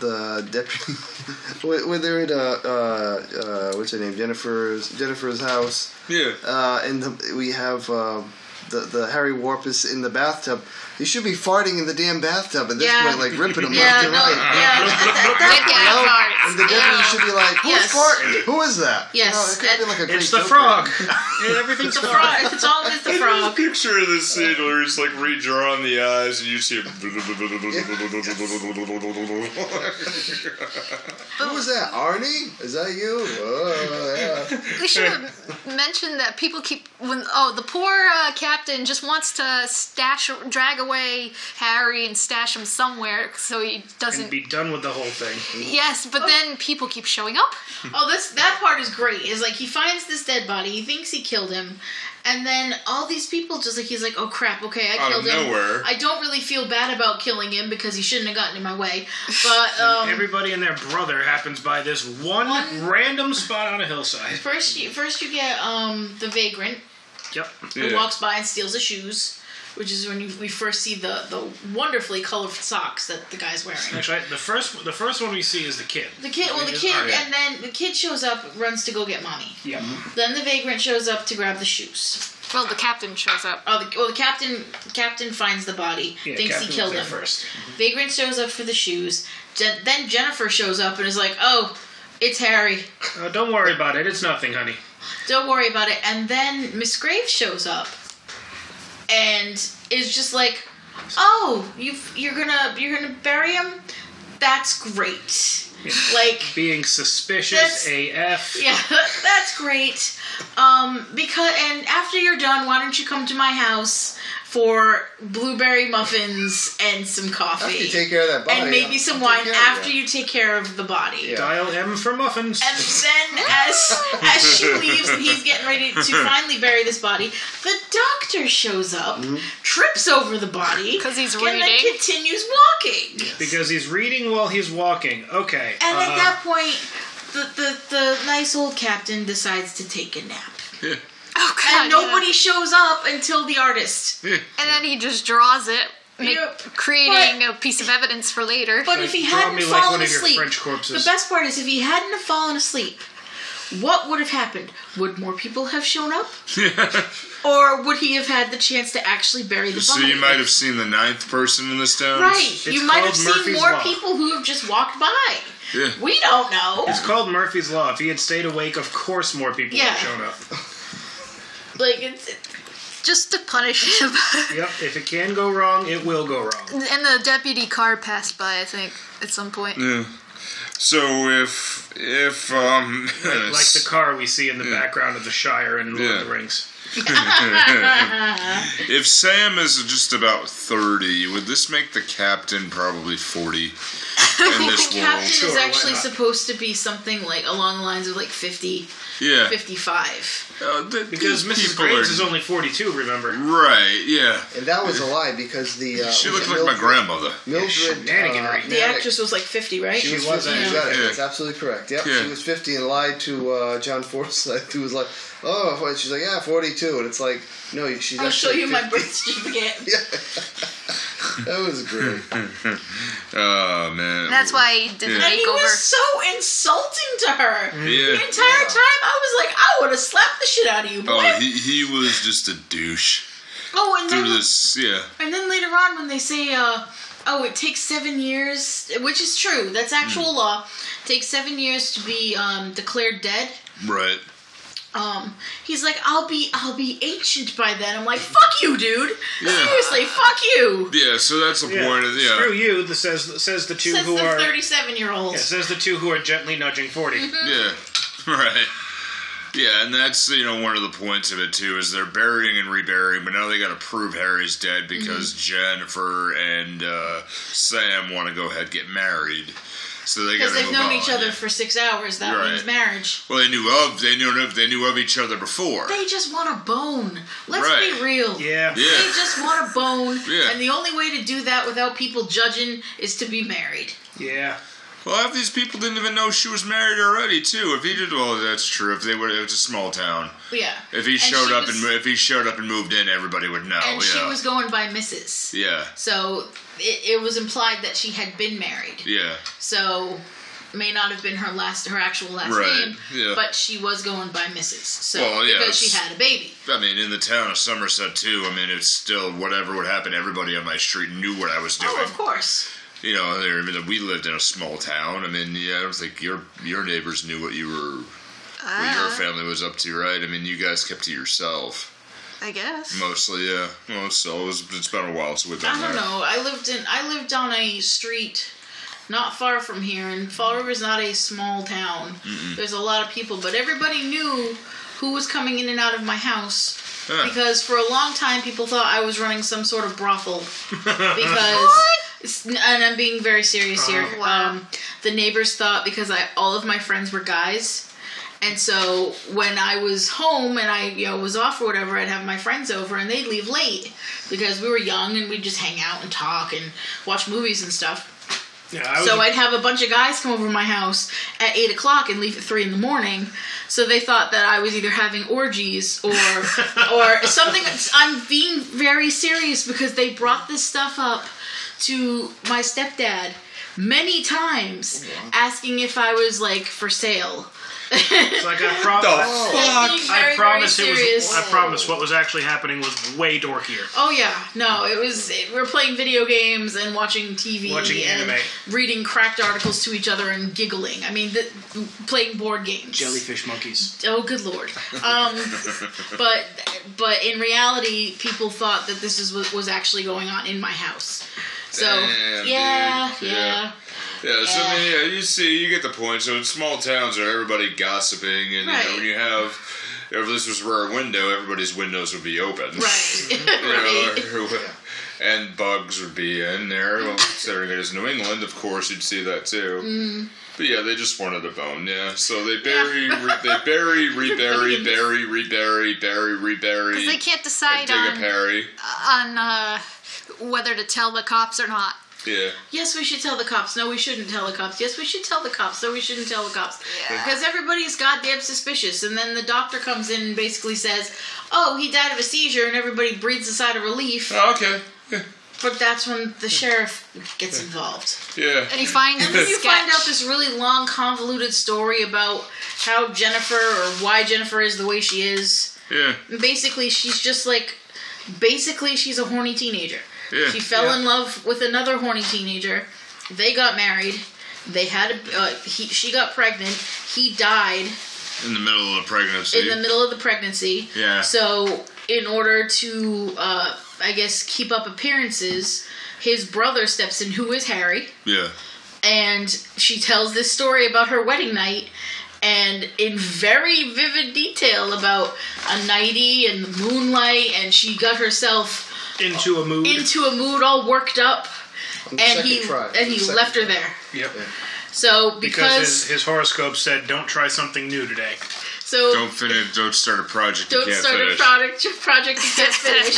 S4: the deputy, when when they're at uh, uh, uh, what's her name, Jennifer's Jennifer's house,
S3: Yeah.
S4: uh, and the, we have. Uh, the, the Harry Warp is in the bathtub. You should be farting in the damn bathtub at this
S6: Yeah.
S4: point, like ripping him
S6: yeah,
S4: left
S6: no,
S4: and
S6: yeah.
S4: right.
S6: that- that-
S2: That guy farts.
S4: And the deputy
S2: Yeah.
S4: should be like, "Who's
S6: Yes.
S4: farting? Who is that?"
S6: Yes.
S4: You know, it could have been like a
S5: It's
S4: great
S5: the
S4: joke.
S5: frog. Everything's a
S6: the
S5: frog.
S6: frog. It's always the
S3: I
S6: frog.
S3: just picture
S6: uh.
S3: this scene where he's like redrawing the eyes and you see him.
S4: Who is that? Arnie? Is that you? Oh, yeah.
S2: We should have mentioned that people keep when oh the poor uh, captain just wants to stash drag away Harry and stash him somewhere so he doesn't.
S5: And be Oh. done with the whole thing.
S2: yes, but then people keep showing up.
S6: Oh, this that part is great. Is like he finds this dead body. He thinks he killed him, and then all these people just like he's like, oh crap, okay, I
S3: Out
S6: killed
S3: of
S6: him.
S3: nowhere.
S6: I don't really feel bad about killing him because he shouldn't have gotten in my way. But um,
S5: Everybody and their brother happens by this one,
S6: One-
S5: random spot on a hillside.
S6: first, you, first you get um the vagrant
S5: Yep.
S6: who walks by and steals the shoes. Which is when you, we first see the, the wonderfully colored socks that the guy's wearing.
S5: Actually, the first the first one we see is the kid.
S6: The kid, well, the
S5: Is-
S6: kid,
S5: oh, yeah.
S6: and then the kid shows up, runs to go get mommy.
S5: Yep.
S6: Then the vagrant shows up to grab the shoes.
S2: Well, the captain shows up.
S6: Oh, the, well, the captain, captain finds the body,
S5: Yeah,
S6: thinks
S5: Captain
S6: he
S5: was
S6: killed
S5: there
S6: him.
S5: first.
S6: Vagrant shows up for the shoes. Je- then Jennifer shows up and is like, "Oh, it's Harry.
S5: Uh, don't worry about it. It's nothing, honey.
S6: Don't worry about it." And then Miss Graves shows up and is just like, "Oh, you you're gonna you're gonna bury him? That's great. Like,
S5: Being suspicious
S6: That's-
S5: AF.
S6: yeah, that's great. Um, because and after you're done, why don't you come to my house for blueberry muffins and some coffee?"
S4: After you take care of that body,
S6: and maybe
S4: I'll-
S6: some
S4: I'll take care
S6: wine
S4: of
S6: after you take care of the body.
S4: Yeah.
S5: Dial M for muffins.
S6: And then, as as she leaves and he's getting ready to finally bury this body, the doctor shows up,
S4: Mm-hmm.
S6: trips over the body
S2: 'Cause he's
S6: and then
S2: reading.
S6: continues walking.
S5: because he's reading while he's walking. Okay.
S6: And
S5: uh,
S6: at that point, the, the the nice old captain decides to take a nap,
S2: Oh god!
S6: and nobody
S2: yeah.
S6: shows up until the artist.
S2: And then he just draws it, make,
S6: Yep.
S2: creating a piece of evidence for later.
S6: But if he
S5: draw
S6: hadn't
S5: me like
S6: fallen
S5: one of your
S6: asleep,
S5: French corpses.
S6: the best part is if he hadn't have fallen asleep, what would have happened? Would more people have shown up? Or would he have had the chance to actually bury the
S3: So
S6: body?
S3: you might have seen the ninth person in this town.
S6: right. you might have
S5: called
S6: seen
S5: Murphy's
S6: more
S5: Law.
S6: people who have just walked by.
S3: Yeah.
S6: We don't know.
S5: it's called Murphy's Law. If he had stayed awake, of course more people would have
S6: Yeah.
S5: shown up.
S6: Like it's
S2: just to punish him.
S5: Yep. If it can go wrong, it will go wrong.
S2: and the deputy car passed by, I think, at some point.
S3: Mm. So if if um
S5: Like the car we see in the background of the Shire in Lord
S3: Yeah.
S5: of the Rings.
S3: if Sam is just about thirty, would this make the captain probably forty in this
S6: the
S3: world?
S6: captain
S5: Sure,
S6: is
S5: why
S6: actually
S5: not?
S6: supposed to be something like along the lines of like 50,
S3: Yeah,
S6: 55.
S3: Uh, th-
S5: Because
S3: these
S5: Mrs.
S3: people
S5: Graves
S3: are-
S5: is only 42, remember?
S3: right. Yeah,
S4: And that was a lie because the uh,
S3: she
S4: was
S3: looked
S4: it
S3: like my
S4: Mildred-
S3: grandmother.
S4: Mildred
S5: Shenaniganry.
S4: uh,
S6: The
S4: Maddox.
S6: actress was like 50, right?
S4: She was
S5: She was
S4: 50. You got it.
S3: Yeah.
S4: That's absolutely correct. Yep.
S3: Yeah.
S4: She was 50 and lied to uh, John Forsyth, who was like, "Oh," what?" she's like, "Yeah, 42," and it's like, "No, she's."
S6: I'll show
S4: actually
S6: you my
S4: 50.
S6: birth certificate.
S4: That was great.
S3: Oh man,
S2: And that's why he did the
S6: And he was
S2: makeover.
S6: so insulting to her. The
S3: Yeah.
S6: entire time, I was like, I would have slapped the shit out of you, boy.
S3: Oh, he he was just a douche
S6: oh, and
S3: through
S6: then,
S3: this. Yeah,
S6: and then later on, when they say, uh, oh, it takes seven years, which is true, that's actual
S3: Hmm.
S6: law, takes seven years to be um, declared dead.
S3: right.
S6: Um, he's like, I'll be, I'll be ancient by then. I'm like, fuck you, dude. Seriously, fuck you.
S3: Yeah, so that's the point. Of, yeah,
S5: Screw you. That says says the two
S6: Says
S5: who
S6: the
S5: are
S6: 37 year old. Mm-hmm.
S5: yeah, says the two who are gently nudging 40.
S3: yeah, right. Yeah, and that's you know one of the points of it too is they're burying and reburying, but now they got to prove Harry's dead because
S6: Mm-hmm.
S3: Jennifer and uh, Sam want to go ahead and get married. So they got
S6: Because
S3: to
S6: they've
S3: move
S6: known
S3: on,
S6: each other
S3: yeah.
S6: for six hours. That
S3: Right.
S6: means marriage.
S3: Well, they knew of they knew of they knew of each other before.
S6: They just want a bone. Let's
S3: Right.
S6: be real.
S5: Yeah.
S3: Yeah.
S6: They just want a bone,
S3: Yeah.
S6: and the only way to do that without people judging is to be married.
S5: Yeah.
S3: Well, half these people didn't even know she was married already too. If he did, well, that's true. If they were, it was a small town.
S6: Yeah.
S3: If he
S6: And
S3: showed
S6: she
S3: up
S6: was-
S3: and mo- if he showed up and moved in, everybody would know.
S6: and
S3: yeah.
S6: she was going by Mrs.
S3: yeah.
S6: So it, it was implied that she had been married.
S3: Yeah.
S6: So may not have been her last, her actual last
S3: Right,
S6: name,
S3: yeah.
S6: but she was going by Mrs. So
S3: Well, yeah,
S6: because she
S3: it's-
S6: had a baby.
S3: I mean, in the town of Somerset too. I mean, it's still whatever would happen. Everybody on my street knew what I was doing.
S6: Oh, of course.
S3: You know, there, I mean, we lived in a small town. I mean, yeah, I don't think your your neighbors knew what you were, what
S6: Uh.
S3: your family was up to, right? I mean, you guys kept to yourself
S2: I guess.
S3: mostly. Yeah. Well, so it was, it's been a while since we've been
S6: I don't
S3: there.
S6: know. I lived in I lived on a street not far from here, and Fall River's not a small town. There's a lot of people, but everybody knew who was coming in and out of my house
S3: Huh.
S6: because for a long time people thought I was running some sort of brothel because. it's- And I'm being very serious here. Um, the neighbors thought because I all of my friends were guys, and so when I was home and I you know was off or whatever, I'd have my friends over and they'd leave late because we were young and we'd just hang out and talk and watch movies and stuff.
S5: Yeah. I was,
S6: So I'd have a bunch of guys come over to my house at eight o'clock and leave at three in the morning. So they thought that I was either having orgies or or something. I'm being very serious because they brought this stuff up to my stepdad many times, asking if I was like for sale.
S5: it's like I promise.
S6: Being very,
S5: I promise
S6: very
S5: it was.
S6: serious.
S5: I promise what was actually happening was way dorkier.
S6: Oh yeah, no, it was it, we were playing video games and watching TV,
S5: Watching
S6: and
S5: anime.
S6: reading cracked articles to each other and giggling. I mean, the, playing board games.
S5: Jellyfish monkeys.
S6: Oh, good lord. Um, but but in reality, people thought that this is what was actually going on in my house. So
S3: Damn,
S6: yeah,
S3: dude.
S6: yeah,
S3: Yeah. Yeah, so I mean, yeah, you see, you get the point. So in small towns, are everybody gossiping, and you know,
S6: Right.
S3: when you have, if this was a rare window, everybody's windows would be open,
S6: right,
S3: You know,
S6: right.
S3: and bugs would be in there. Well, considering it is New England, of course, you'd see that too.
S6: Mm.
S3: But yeah, they just wanted a bone. Yeah, so they bury, re- they bury, rebury, bury, rebury, bury, rebury,
S2: Because they can't decide
S3: dig a
S2: on
S3: parry.
S2: on uh, whether to tell the cops or not.
S3: Yeah,
S6: Yes, we should tell the cops. No, we shouldn't tell the cops. Yes, we should tell the cops. No, we shouldn't tell the cops. Because everybody's goddamn suspicious. And then the doctor comes in and basically says, "Oh, he died of a seizure," and everybody breathes a sigh of relief.
S3: oh, okay, yeah,
S6: But that's when the sheriff gets involved.
S3: yeah.
S2: And he finds
S6: And then you
S2: sketch.
S6: find out this really long, convoluted story about how Jennifer or why Jennifer is the way she is.
S3: yeah.
S6: And basically, she's just like, basically, she's a horny teenager.
S3: Yeah,
S6: she fell in love with another horny teenager. They got married. They had a. Uh, he, she got pregnant. He died
S3: In the middle of pregnancy.
S6: in the middle of the pregnancy.
S3: Yeah.
S6: So, in order to, uh, I guess, keep up appearances, his brother steps in, who is Harry
S3: yeah.
S6: and she tells this story about her wedding night and in very vivid detail about a nighty and the moonlight and she got herself
S5: Into a mood.
S6: into a mood all worked up
S4: On the
S6: and
S4: second
S6: he
S4: try.
S6: and he
S4: Second
S6: left her
S4: try.
S6: there
S5: yep. Because his,
S6: so because,
S5: his horoscope said, "Don't try something new today."
S6: so
S3: Don't finish. Don't start a project.
S6: don't
S3: you can't
S6: start
S3: finish.
S6: a product project you can't finish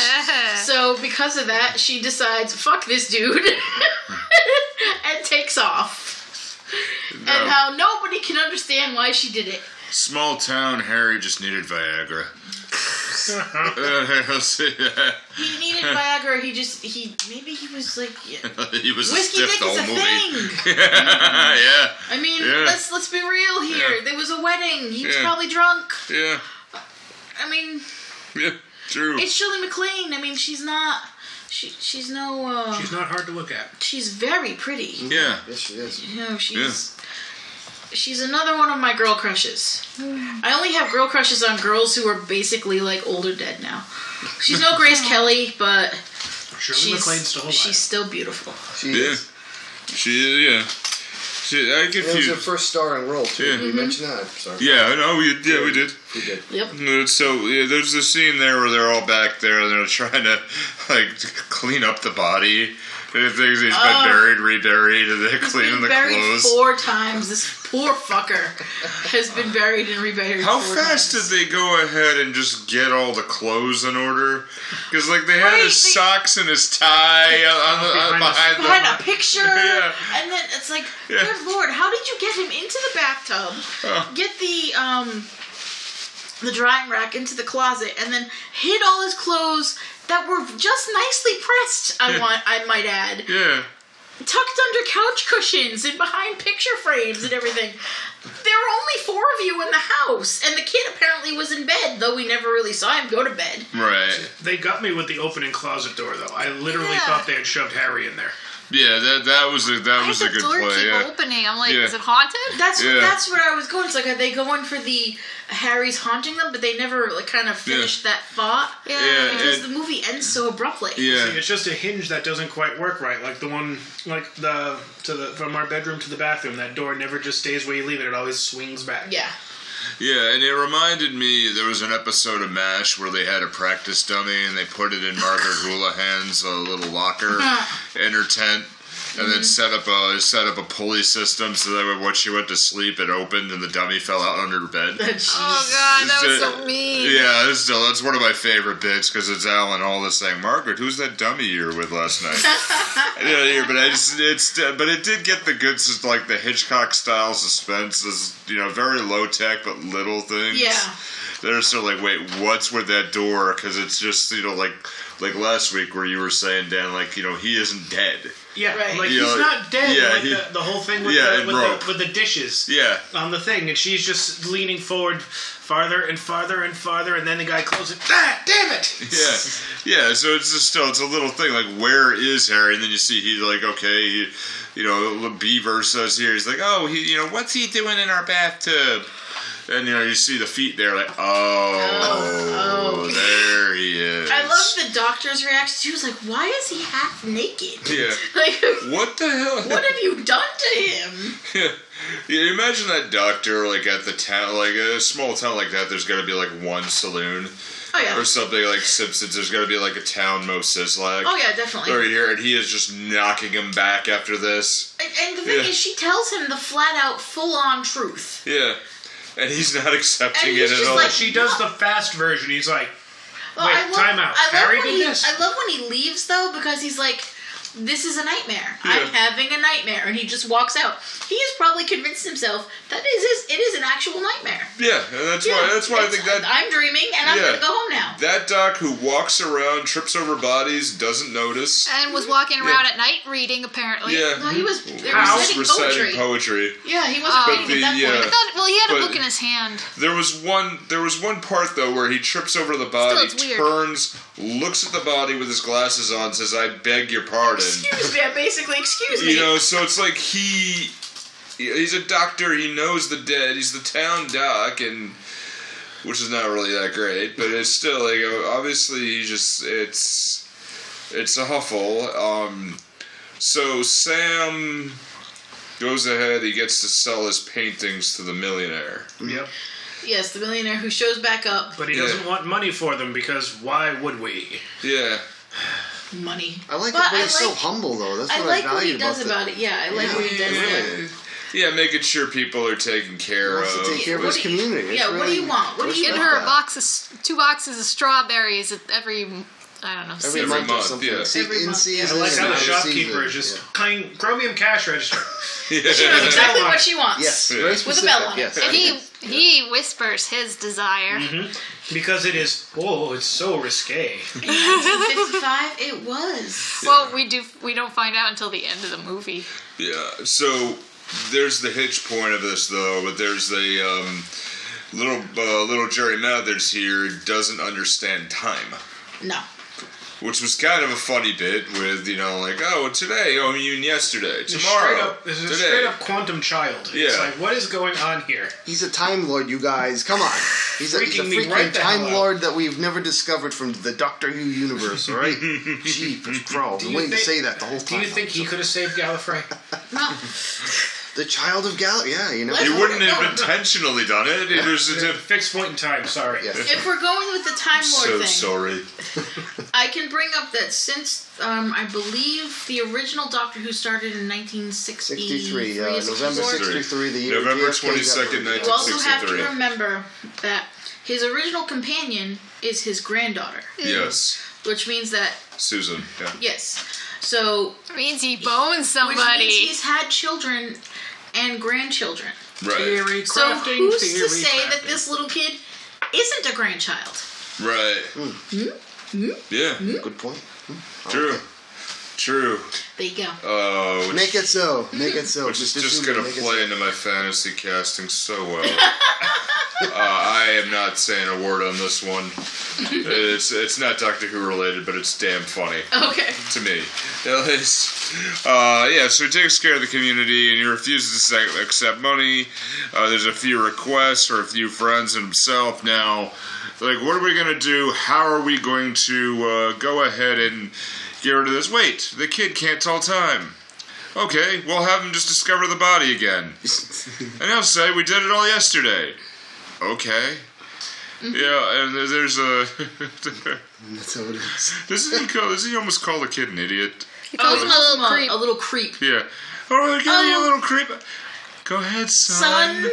S6: so because of that she decides fuck this dude and takes off and
S3: No.
S6: how nobody can understand why she did it
S3: Small town Harry just needed Viagra. Uh, I'll say that.
S6: He needed Viagra. He just he maybe he was like yeah.
S3: he was
S6: whiskey
S3: stiff
S6: dick
S3: the
S6: is
S3: whole
S6: a
S3: movie.
S6: thing.
S3: yeah,
S6: I mean,
S3: Yeah.
S6: let's let's be real here.
S3: Yeah.
S6: There was a wedding. He was
S3: Yeah.
S6: probably drunk.
S3: yeah,
S6: I mean,
S3: yeah. True.
S6: it's Shirley MacLaine. I mean, she's not. She she's no. Uh,
S5: She's not hard to look at.
S6: she's very pretty.
S3: yeah.
S4: Yes, she is.
S6: You know, she's. She's another one of my girl crushes. I only have girl crushes on girls who are basically like older dead now. She's no Grace Kelly, but
S5: Shirley MacLaine's
S6: she's
S5: still alive.
S6: she's still beautiful.
S4: She
S3: Yeah.
S4: is.
S3: She. Yeah. Shit, I get
S4: That was her
S3: confused.
S4: first starring role, too.
S3: Yeah.
S4: Did we
S6: Mm-hmm.
S4: mention that? I'm sorry.
S3: Yeah, no, we, yeah, we did.
S4: We did.
S6: Yep.
S3: Uh, So yeah, there's this scene there where they're all back there and they're trying to like clean up the body. And things he's been buried, reburied, and they're cleaning
S6: Oh. Been
S3: the
S6: buried
S3: clothes.
S6: four times. This poor fucker has been buried and reburied.
S3: How
S6: four
S3: fast
S6: times.
S3: did they go ahead and just get all the clothes in order? Because like they had
S6: Right,
S3: his
S6: they-
S3: socks and his tie on, on, on, behind,
S5: Behind
S3: the,
S6: behind a picture,
S3: Yeah.
S6: and then it's like,
S3: Yeah. Oh.
S6: dear lord, how did you get him into the bathtub? Get the um, the drying rack into the closet, and then hid all his clothes that were just nicely pressed. I want, I might add,
S3: Yeah,
S6: tucked under couch cushions and behind picture frames and everything. There were only four of you in the house, and the kid apparently was in bed, though we never really saw him go to bed.
S3: right.
S5: They got me with the opening closet door, though. I literally
S6: Yeah.
S5: thought they had shoved Harry in there.
S3: Yeah, that that was a, that
S2: Why does
S3: was a
S2: the
S3: good
S2: door
S3: play.
S2: keep
S3: Yeah.
S2: opening? I'm like,
S3: Yeah.
S2: is it haunted?
S6: That's
S3: Yeah.
S6: that's where I was going. It's like, are they going for the Harry's haunting them? But they never like kind of finished that thought.
S3: Yeah,
S6: Because
S3: and-
S6: the movie ends so abruptly.
S3: Yeah,
S5: It's just a hinge that doesn't quite work right, like the one, like the to the from our bedroom to the bathroom. That door never just stays where you leave it; it always swings back.
S6: Yeah.
S3: yeah, and it reminded me there was an episode of MASH where they had a practice dummy and they put it in Margaret Houlihan's uh, little locker in her tent, and then set up a set up a pulley system so that when- once she went to sleep, it opened and the dummy fell out under her bed.
S2: Oh god, that was
S3: Is
S2: so
S3: it-
S2: mean.
S3: Yeah, it's still that's one of my favorite bits because it's Alan all the same. Margaret, who's that dummy you were with last night? yeah, yeah, but I just it's but it did get the good sus- like the Hitchcock style suspense is you know very low tech but little things.
S6: Yeah.
S3: They're still like, wait, what's with that door? Because it's just you know like like last week where you were saying Dan like you know he isn't dead.
S5: yeah,
S6: Right.
S5: like
S3: Yeah,
S5: he's
S3: like-
S5: not dead.
S3: yeah,
S5: like
S3: he-
S5: the, the whole thing with,
S3: yeah,
S5: the,
S3: it
S5: with,
S3: broke.
S5: the, with the dishes.
S3: Yeah.
S5: on the thing, and she's just leaning forward farther and farther and farther, and then the guy closes. Ah, damn it!
S3: yeah, yeah. So it's just still it's a little thing like where is Harry? And then you see he's like okay, he, you know, Beaver says here he's like oh he you know what's he doing in our bathtub? And you know you see the feet there like oh,
S6: Oh, oh.
S3: there he is.
S6: I love the doctor's reaction. She was like, "Why is he half naked?
S3: yeah.
S6: Like,
S3: What the hell?
S6: what have you done to him?"
S3: Yeah, you imagine that doctor like at the town, like a small town like that. There's got to be like one saloon
S6: Oh yeah.
S3: or something like Simpsons. There's got to be like a town Mo Sizzlack.
S6: Oh yeah, definitely.
S3: Right here, and he is just knocking him back after this.
S6: And, and the thing
S3: Yeah.
S6: is, she tells him the flat-out, full-on truth.
S3: Yeah, and he's not accepting
S6: And
S3: it
S6: he's
S3: at
S6: just
S3: all.
S6: like-
S5: She does the fast version. He's like,
S6: Well,
S5: Wait,
S6: I love,
S5: time out.
S6: I love
S5: Harry
S6: when
S5: did
S6: he,
S5: this?
S6: I love when he leaves though because he's like, "This is a nightmare. I'm
S3: Yeah.
S6: having a nightmare," and he just walks out. He has probably convinced himself that it is it is an actual nightmare.
S3: yeah, and that's why. That's why I think that
S6: I'm dreaming and I'm
S3: Yeah.
S6: gonna go home now.
S3: that doc who walks around, trips over bodies, doesn't notice.
S2: And was walking around at night reading apparently.
S6: No,
S3: Yeah,
S6: he was they were
S5: How?
S6: Uh, reciting poetry.
S3: poetry.
S6: yeah, he wasn't
S2: But
S6: reading at that
S3: the, uh,
S6: point.
S2: I thought, well, he had a
S3: But-
S2: book in his hand.
S3: There was one. There was one part though where he trips over the body,
S2: it's weird.
S3: turns, looks at the body with his glasses on, says, "I beg your pardon."
S6: excuse me. I basically excuse me.
S3: uh, you know, so it's like he. He's a doctor. He knows the dead. He's the town doc, and which is not really that great, but it's still like obviously he just it's it's a huffle. Um, so Sam goes ahead. He gets to sell his paintings to the millionaire.
S5: "Yep,"
S6: yes, the millionaire who shows back up.
S5: but he
S3: Yeah.
S5: doesn't want money for them because why would we?
S3: Yeah,
S6: Money.
S4: I like
S6: But
S4: it, but
S6: I
S4: he's so
S6: like-
S4: humble, though. That's
S6: I
S4: what
S6: like
S4: I value
S6: what he does
S4: about,
S6: about it. Yeah, I like
S4: Yeah.
S6: what he does. about it.
S3: yeah, yeah. Making sure people are taken care
S4: Wants to
S3: of.
S4: take care of
S6: What
S4: his
S6: do you-
S4: community. It's
S6: yeah, what do
S4: really-
S6: you want? What do you
S2: Get
S4: Like
S2: her
S4: that.
S2: a box of two boxes of strawberries at every I don't know.
S4: Every,
S2: season.
S4: month, or
S3: month,
S4: something.
S3: yeah.
S4: See,
S6: Every
S4: in
S6: month,
S4: season.
S5: I like how
S4: and out
S5: the
S4: of
S5: shopkeeper
S4: season.
S5: is just
S4: Yeah.
S5: kind. Grow me a cash register.
S6: She knows exactly
S5: Yeah.
S6: what she wants.
S4: Yes,
S3: Yeah.
S4: very
S3: With a
S4: specific,
S6: bell on it.
S4: yes.
S2: And he he whispers his desire.
S3: Mm-hmm.
S5: because it is. Whoa, it's so risque.
S6: 1955, it was.
S2: Well, we do we don't find out until the end of the movie.
S3: Yeah. So there's the hitch point of this though, but there's the um, little uh, little Jerry Mathers here doesn't understand time.
S6: No.
S3: Which was kind of a funny bit with, you know, like, oh, today, oh, you mean yesterday,
S5: It's
S3: tomorrow,
S5: straight up, this is a
S3: today.
S5: straight up quantum child. It's
S3: Yeah.
S5: like, what is going on here?
S4: He's a time lord, you guys. Come on. He's a, he's a
S5: Freaking me
S4: freaking
S5: right the hell
S4: time
S5: out.
S4: lord that we've never discovered from the Doctor Who universe, all right? Jeepers, bro. I've been
S5: you
S4: waiting to
S5: think-
S4: say that the whole
S5: Do
S4: time.
S5: you think he could have saved Gallifrey?
S6: No.
S4: The child of Gal. Yeah, you know.
S3: He
S6: Let's-
S3: wouldn't have intentionally done it. It was a
S5: Fixed point in time. Sorry.
S4: Yes.
S6: If we're going with the Time Lord
S3: so
S6: thing,
S3: sorry.
S6: I can bring up that since um, I believe the original Doctor Who started in 1963,
S4: 63, uh,
S6: is
S4: November
S6: Lord-
S4: 63, the year
S3: November
S4: JFK got
S3: 22nd,
S4: murdered.
S6: You also have to
S3: 63.
S6: remember that his original companion is his granddaughter,
S3: Yes,
S6: which means that
S3: Susan. Yeah.
S6: yes, so
S2: means he bones
S6: which
S2: somebody.
S6: means he's had children and grandchildren.
S3: Right.
S5: Theory crafting.
S6: So who's
S5: theory
S6: to say that
S5: crafting.
S6: this little kid isn't a grandchild?
S3: Right. Yeah.
S4: Good point.
S3: True. True.
S6: There you go.
S3: Oh,
S4: Make it so. Make it so.
S3: which is
S4: Mr.
S3: just
S4: Suman,
S3: going to
S4: make it
S3: play
S4: so.
S3: into my fantasy casting so well. uh, I am not saying a word on this one. It's it's not Doctor Who related, but it's damn funny
S6: Okay.
S3: to me. At least. Uh, yeah, so he takes care of the community and he refuses to sec- accept money. Uh, there's a few requests or a few friends and himself now. Like, what are we going to do? How are we going to uh, go ahead and get rid of this? Wait, the kid can't tell time. Okay, we'll have him just discover the body again. and he'll say, We did it all yesterday. Okay. Yeah, and there- there's a.
S4: That's how it is.
S3: Doesn't he call? Doesn't he almost call the kid an idiot?
S6: He calls him a little
S2: Mom,
S6: creep.
S2: a
S3: Yeah. Oh, give me a
S6: Oh.
S3: little creep. Go ahead, son.
S6: son.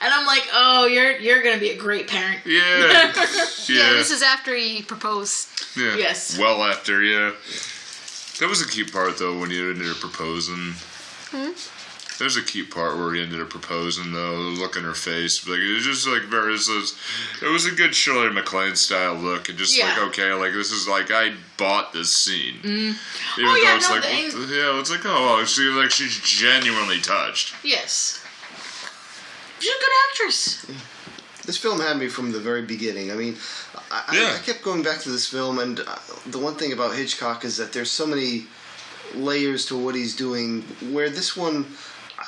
S6: And I'm like, oh, you're you're gonna be a great parent.
S3: Yeah. yeah.
S2: yeah, this is after he proposed.
S3: yeah.
S6: yes.
S3: Well after, yeah. That was a cute part though when you ended up proposing.
S6: Hmm?
S3: There's a cute part where he ended up proposing though. Look in her face, like it was just like very. It was, it was a good Shirley MacLaine style look, and just like
S6: Yeah.
S3: okay, like this is like I bought this scene. Mm.
S6: Oh, yeah,
S3: it's
S6: no,
S3: like
S6: they-
S3: what the- yeah, it's like oh, she like she's genuinely touched.
S6: Yes. She's a good actress.
S4: This film had me from the very beginning. I mean, I, I-
S3: Yeah.
S4: I kept going back to this film, and uh, the one thing about Hitchcock is that there's so many layers to what he's doing. Where this one,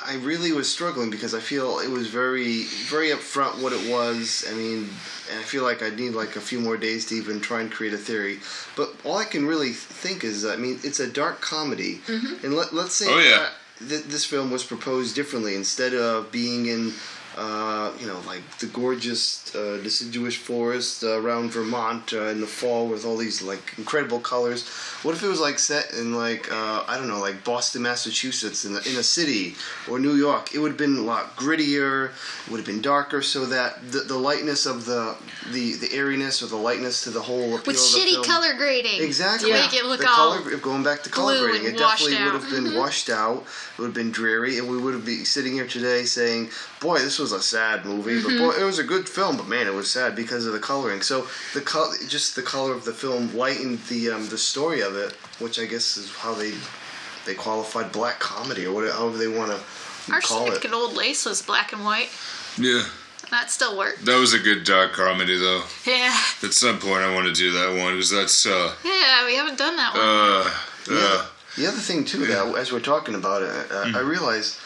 S4: I really was struggling because I feel it was very, very upfront what it was. I mean, and I feel like I need like a few more days to even try and create a theory. But all I can really think is, I mean, it's a dark comedy, and let, let's say,
S3: Oh, yeah.
S4: th- this film was proposed differently instead of being in uh, you know like the gorgeous uh, deciduous forest uh, around vermont uh, in the fall with all these like incredible colors what if it was like set in like uh, i don't know like boston massachusetts in, the, in a city or new york it would have been a lot grittier it would have been darker so that the, the lightness of the, the the airiness or the lightness to the whole appeal
S2: With
S4: of the
S2: shitty
S4: film-
S2: color grading.
S4: Exactly.
S2: To make it look
S4: the
S2: all
S4: color, going back to color
S2: blue
S4: grading,
S2: and
S4: it definitely
S2: washed
S4: would
S2: out. Mm-hmm.
S4: have been washed out. It would have been dreary, and we would have been sitting here today saying, "Boy, this was a sad movie,
S2: Mm-hmm.
S4: but boy, it was a good film. But man, it was sad because of the coloring. So the col- just the color of the film lightened the um, the story of it, which I guess is how they they qualified black comedy or whatever however they want to call
S2: Arsenic
S4: it.
S2: and Old Lace was black and white.
S3: Yeah,
S2: That still worked.
S3: that was a good dark comedy though.
S2: Yeah.
S3: At some point, I want to do that one because that's uh
S2: Yeah, we haven't done that one.
S3: uh. uh
S4: Yeah. The other thing too, that as we're talking about it, uh, I realize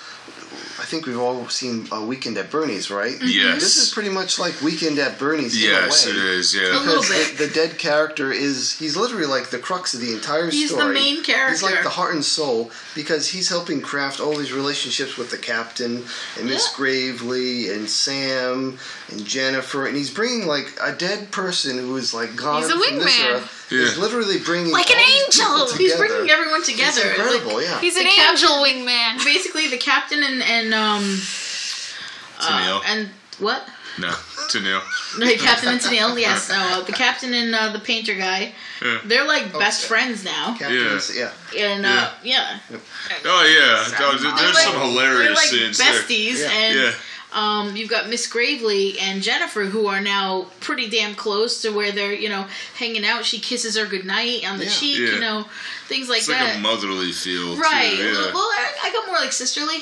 S4: I think we've all seen uh, Weekend at Bernie's, right?
S3: Yes.
S4: This is pretty much like Weekend at Bernie's.
S3: Yes,
S4: in
S3: it
S4: a way.
S3: is. Yeah.
S6: little
S4: Because
S6: bit.
S4: The, the dead character is he's literally like the crux of the entire
S6: He's the
S4: story.
S6: main
S4: He's like
S6: character.
S4: the heart and soul because he's helping craft all these relationships with the captain and Miss
S6: Yeah.
S4: Gravely and Sam and Jennifer, and he's bringing like a dead person who is like gone
S2: He's a
S4: from this
S2: wingman.
S4: era. He's
S3: Yeah.
S4: literally bringing
S2: Like an
S4: all these people
S2: angel.
S6: He's
S4: together.
S6: bringing everyone together.
S4: It's incredible,
S6: Like,
S4: yeah.
S2: He's an
S6: The cap-
S2: angel wingman.
S6: basically, the captain and and um uh,
S3: Tennille.
S6: and what?
S3: no, Tennille.
S6: No, Captain and Tennille. Yes, no, uh, the captain and uh, the painter guy.
S3: Yeah.
S6: They're like best
S4: yeah.
S6: friends now.
S4: Captain's- yeah.
S6: And uh, yeah,
S3: Oh yeah, No, there-
S6: They're
S3: there's
S6: like-
S3: some
S6: they're
S3: hilarious
S6: like
S3: scenes
S6: besties.
S4: Yeah.
S6: And
S3: there. Yeah.
S6: Um, you've got Miss Gravely and Jennifer, who are now pretty damn close to where they're, you know, hanging out. She kisses her goodnight on the
S4: Yeah.
S6: cheek,
S3: Yeah.
S6: you know, things like
S3: It's like
S6: that.
S3: a motherly feel,
S6: right.
S3: Too, yeah.
S6: Well, I, I got more like sisterly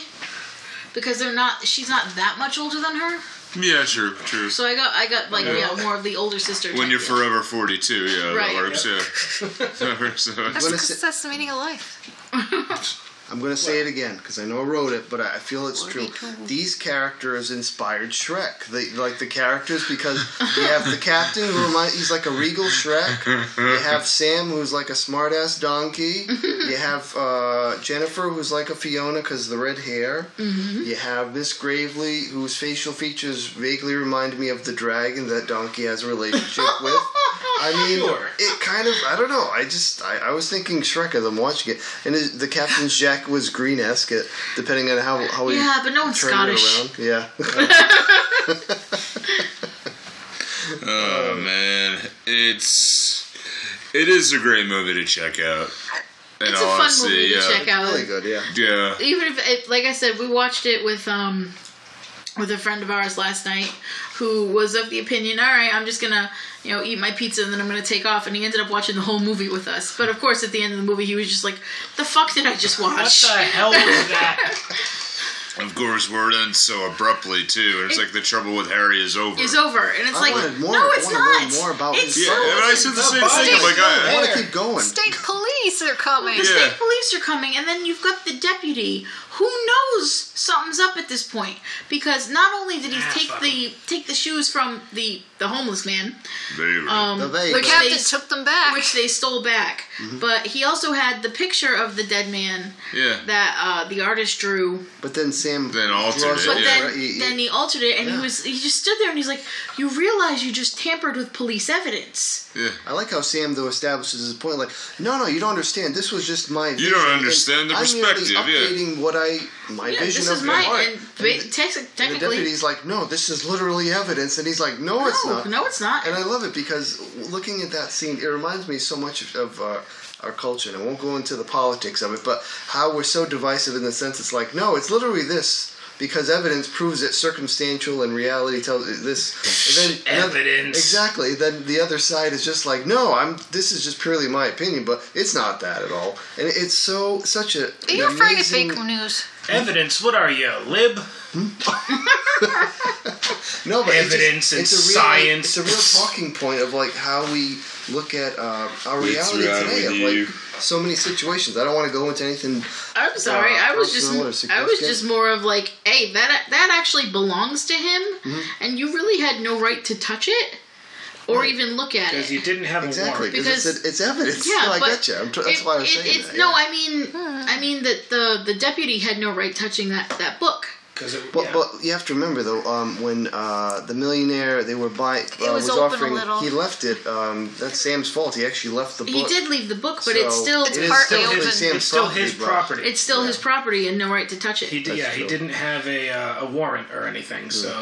S6: because they're not. She's not that much older than her,
S3: yeah, true, true.
S6: so I got I got like you know, more of the older sister.
S3: When
S6: type
S3: you're
S6: feel.
S3: forever 42, yeah,
S6: Right.
S3: that works. Yeah, that works. Yeah.
S2: That's
S4: When I
S2: because
S4: said-
S2: that's the meaning of life.
S4: I'm going to say it again because I know I wrote it, but I I feel it's true. These characters inspired Shrek. They like the characters because you have the captain who reminds he's like a regal Shrek. You have Sam who's like a smartass donkey. You have uh, Jennifer who's like a Fiona because the red hair. You have Miss Gravely whose facial features vaguely remind me of the dragon that donkey has a relationship with. I mean, it kind of, I don't know. I just, I, I was thinking Shrek as I'm watching it. And his, the captain's jacket was green esque, depending on how, how he
S6: Yeah, but no one's
S4: turned it
S6: Scottish.
S4: around. Yeah.
S3: Oh man, it's it is a great movie to check out. In
S6: It's a
S3: all
S6: fun
S3: honesty,
S6: movie to
S3: yeah.
S6: check out.
S4: really good, yeah.
S3: Yeah,
S6: even if it, like I said, we watched it with um with a friend of ours last night who was of the opinion, all right, I'm just gonna you know eat my pizza and then I'm gonna take off, and he ended up watching the whole movie with us. But of course, at the end of the movie, he was just like, "The fuck did I just
S5: What
S6: watch?"
S5: the hell was that?
S3: of course, where it ends so abruptly too. And it's like the trouble with Harry is over.
S6: Is over, and it's
S4: I
S6: like,
S4: wanted more.
S6: no,
S4: I
S6: it's
S4: wanna learn
S6: not.
S4: more about
S6: it's
S3: yeah,
S6: so-
S2: Oh,
S3: and I said the same thing.
S5: body
S3: I'm like,
S4: I
S3: I,
S4: want to keep going.
S2: State police are coming.
S3: Yeah.
S6: state police are coming, and then you've got the deputy. Who knows something's up at this point? Because not only did he
S5: Ah,
S6: take
S5: fuck
S6: the take the shoes from the the homeless man,
S3: They-
S6: um,
S4: The vape.
S2: The
S6: which
S2: captain
S6: they
S2: took them back.
S6: which they stole back,
S4: Mm-hmm.
S6: but he also had the picture of the dead man
S3: yeah,
S6: that uh, the artist drew.
S4: But then Sam
S3: Then altered
S4: draws
S3: it,
S6: But
S3: Yeah.
S6: then,
S4: Right, he- he-
S6: then he altered it, and he
S4: Yeah.
S6: was he just stood there and he's like, "You realize you just tampered with police evidence."
S3: yeah.
S4: I like how Sam though establishes his point. Like, no, no, you don't understand. This was just my.
S3: You don't understand the
S4: I'm merely
S3: perspective, yeah.
S4: updating what I my
S6: Yeah,
S4: vision
S6: this
S4: of
S6: is
S4: the
S6: my
S4: art.
S6: and ba- tex-
S4: And the
S6: technically,
S4: deputy's like, no, this is literally evidence, and he's like, no, it's
S6: no,
S4: not.
S6: no, it's not.
S4: And I love it because looking at that scene, it reminds me so much of, of uh, our culture. And I won't go into the politics of it, but how we're so divisive in the sense it's like, no, it's literally this because evidence proves it circumstantial and reality tells it this. And then another-
S5: Evidence.
S4: exactly. Then the other side is just like, no, I'm. This is just purely my opinion, but it's not that at all. And it's so such a.
S2: Are
S4: an
S2: you afraid of
S4: amazing-
S2: fake news?
S5: Evidence, what are you, lib?
S4: No, but it's just-
S5: evidence and
S4: it's a real,
S5: science.
S4: It's a real talking point of like how we look at uh, our
S3: It's
S4: reality
S3: right
S4: today
S3: with
S4: of
S3: you.
S4: like so many situations. I don't want to go into anything.
S6: I'm sorry. I was just
S4: personal or
S6: I was
S4: significant?
S6: just more of like, hey, that that actually belongs to him,
S4: Mm-hmm.
S6: and you really had no right to touch it or even look at
S5: Because
S6: it.
S5: you didn't have a
S4: Exactly,
S5: warrant.
S4: because
S6: Because-
S4: it's, it's evidence.
S6: Yeah,
S4: no, I
S6: but
S4: get you. I'm tr- that's
S6: It-
S4: why I was
S6: it-
S4: saying
S6: it's,
S4: that.
S6: No,
S4: yeah.
S6: I mean, I mean that the the deputy had no right touching that that book.
S5: Because it,
S4: But,
S5: yeah.
S4: but you have to remember though, um, when uh, the millionaire they were buying uh,
S2: was
S4: was,
S2: open a
S4: offering,
S2: little.
S4: he left it. Um, that's Sam's fault. He actually left the book.
S6: He did leave the book, but it's
S4: So
S6: still
S4: it is
S2: partly
S4: still
S2: open.
S4: his, Sam's
S5: it's still his
S4: but-
S5: property.
S6: it's still his property and no right to touch it.
S5: he did,
S4: That's
S5: yeah,
S4: true.
S5: he
S4: Hmm.
S5: didn't have a uh, a warrant or anything, so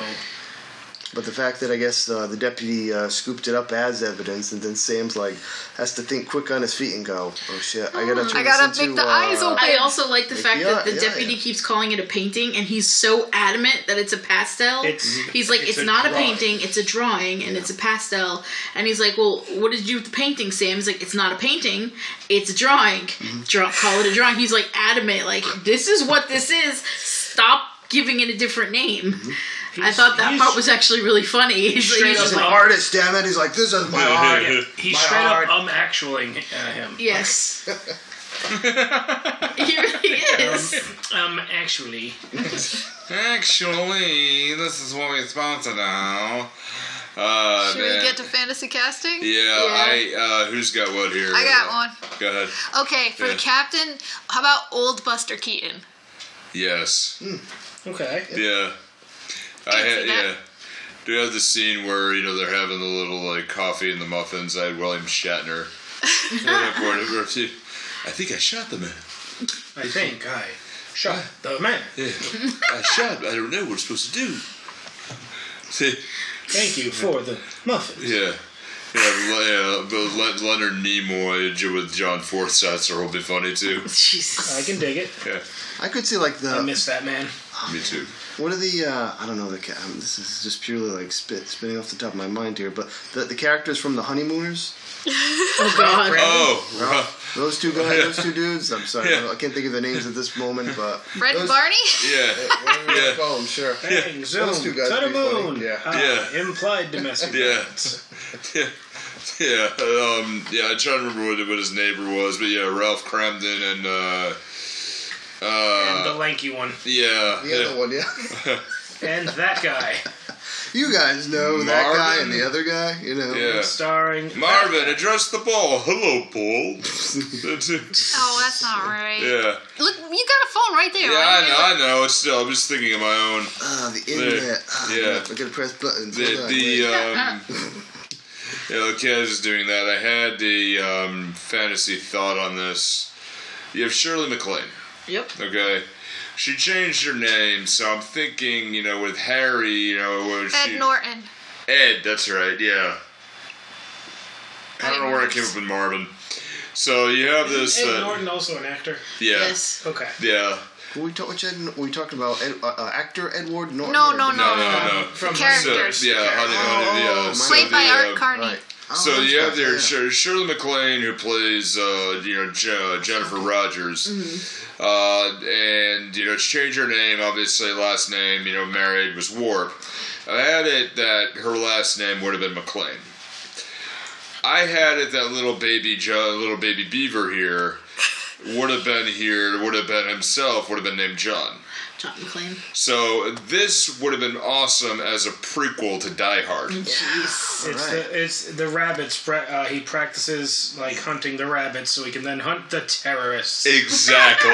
S4: But the fact that I guess uh, the deputy uh, scooped it up as evidence, and then Sam's like has to think quick on his feet and go, "Oh shit, I gotta." turn
S2: I gotta
S4: this into,
S2: make the eyes
S4: uh,
S2: open.
S6: I also like the fact
S4: Yeah,
S6: that the
S4: yeah,
S6: deputy
S4: yeah.
S6: keeps calling it a painting, and he's so adamant that it's a pastel.
S5: It's- Mhm.
S6: he's like,
S5: it's
S6: it's,
S5: a
S6: not
S5: drawing."
S6: a painting, it's a drawing, and it's a pastel. And he's like, well, what did you do with the painting, Sam? He's like, it's not a painting, it's a drawing. Draw, call it a drawing. He's like adamant, like this is what this is. Stop giving it a different name. I
S5: He's-
S6: thought that
S5: he's-
S6: part was actually really funny. He's, like-
S5: straight
S6: he's just
S4: He's an
S5: up-
S6: like,
S4: artist, damn it! He's like, "This is my art."
S5: Uh, Yeah, he's
S4: My
S5: straight
S4: art.
S5: up um actualing uh, him.
S6: yes. he really is.
S5: Um, actually,
S3: Actually, this is what we sponsored now. Uh,
S2: Should
S3: man.
S2: we get to fantasy casting?
S3: yeah, I uh, who's got what here?
S2: I got
S3: Uh,
S2: one.
S3: Go ahead.
S2: Okay, for
S3: Yeah.
S2: the captain, how about old Buster Keaton?
S3: Yes.
S5: okay.
S3: Yeah. I had,
S2: see Mm. that.
S3: yeah. Do have the scene where, you know, they're having the little, like, coffee and the muffins. I had William Shatner. I had one of her few- I think I shot the man.
S5: I think I shot the man.
S3: Yeah. I shot. I don't know what I'm supposed to do. See,
S5: Thank you for the muffins.
S3: yeah. Yeah, Le- yeah, but Le- Leonard Nimoy with John Forsythe's will be funny too.
S5: I can dig it.
S3: Yeah,
S4: I could see like
S5: I
S4: the
S5: miss that man.
S3: me too.
S4: what are the uh, I don't know the ca- um, this is just purely like spit spinning off the top of my mind here, but the, the characters from the Honeymooners,
S6: Oh God.
S3: Oh, Ro-
S4: those two guys, those two dudes. I'm sorry,
S3: Yeah.
S4: I can't think of the names at this moment, but
S2: Brett and
S4: those,
S2: Barney?
S3: yeah,
S4: Whatever you
S3: Yeah.
S4: wanna call them, sure.
S5: Bang, zoom,
S4: Those two guys
S5: to the
S4: would be funny.
S5: moon.
S4: Yeah.
S5: Ah,
S3: Yeah.
S5: Implied domestic.
S3: Yeah.
S5: violence.
S3: yeah, yeah. Um, yeah, I'm trying to remember what, what his neighbor was, but yeah, Ralph Cramden and uh,
S5: lanky one,
S3: Yeah.
S4: The other one, yeah.
S5: and that guy,
S4: You guys know that guy and
S3: Marvin?
S4: the other guy, you know.
S3: Yeah.
S5: starring
S3: Marvin, address the ball. Hello, ball. That's it.
S2: Oh, that's not right.
S3: yeah.
S2: Look, you got a phone right there.
S3: Yeah,
S2: right?
S3: I know, I know. It's still, I'm just thinking of my own.
S4: Ah, the internet. Ah,
S3: Yeah.
S4: I gotta press buttons.
S3: The,
S4: Hold on,
S3: the
S4: wait.
S3: um, yeah, okay, I was just doing that. I had the um, fantasy thought on this. You have Shirley MacLaine.
S6: Yep.
S3: Okay, she changed her name, so I'm thinking, you know, with Harry, you know, was
S2: Ed
S3: she,
S2: Norton.
S3: Ed, that's right, yeah. I don't know where I came up with Marvin. So you have this,
S5: Ed
S3: uh,
S5: Norton, also an actor.
S3: yeah,
S6: Yes.
S5: Okay.
S3: yeah.
S4: Were we, talk- which Ed, were we talking about Ed, uh, uh, actor Edward Norton?
S2: No,
S4: or-
S2: no,
S3: No, no, no.
S5: From
S3: So,
S2: Character.
S3: yeah, honey, honey,
S4: Oh,
S3: yeah.
S4: oh,
S3: so
S2: Played by
S3: the,
S2: Art
S3: uh,
S2: Carney.
S4: Right. Oh,
S3: So
S4: that's
S3: you have
S4: right,
S3: there
S4: yeah.
S3: Shir- Shirley MacLaine who plays uh, you know Je- Jennifer Rogers,
S4: Mm-hmm.
S3: uh, and you know she changed her name obviously last name you know married was Warp. I had it that her last name would have been McLean. I had it that little baby jo- little baby Beaver here would have been here would have been himself would have been named John.
S6: John McClane.
S3: So this would have been awesome as a prequel to Die Hard.
S4: Mm.
S5: It's the it's the rabbits. pra- Uh, he practices like hunting the rabbits so he can then hunt the terrorists.
S3: Exactly.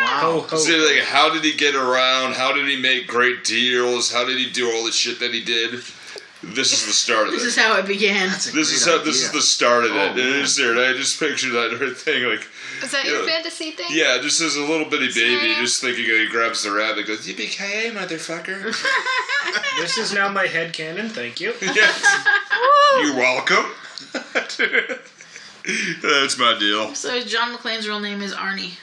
S5: Ho, ho.
S3: So, like, how did he get around? How did he make great deals? How did he do all the shit that he did? This is the start of
S6: This is
S3: it.
S6: how it began.
S4: That's a
S3: This
S4: great
S3: is how. This
S4: idea.
S3: is the start of it.
S4: Oh,
S3: it is there. And I just picture that her thing like,
S2: Is that your
S3: Yeah.
S2: fantasy thing?
S3: yeah, just as a little bitty baby,
S2: Snap.
S3: just thinking he grabs the rabbit, goes yippee motherfucker.
S5: This is now my head cannon. Thank you.
S3: yes. You're welcome. That's my deal.
S6: So John McClane's real name is Arnie.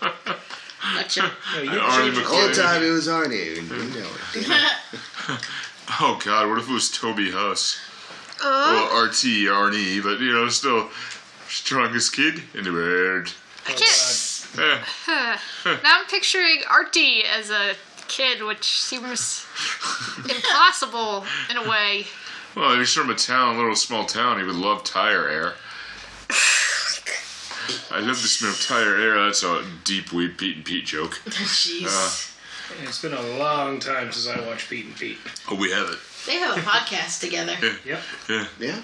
S6: gotcha.
S5: No, you
S3: Arnie
S5: changed-
S4: All
S3: McClane.
S4: the time it was Arnie. You know it.
S3: Oh God, what if it was Toby Huss? Well, E RT, Arnie, but you know, still strongest kid in the world.
S2: I can't.
S3: Eh,
S2: Now I'm picturing Artie as a kid, which seems impossible in a way.
S3: well, he's from a town, a little small town. He would love tire air. I love the smell of tire air. That's a deep weed Pete and Pete joke.
S6: Jeez.
S5: Uh, It's been a long time since I watched Pete and Pete.
S3: Oh, we have it.
S6: they have a podcast together.
S5: Yep.
S4: Yeah.
S6: Yeah.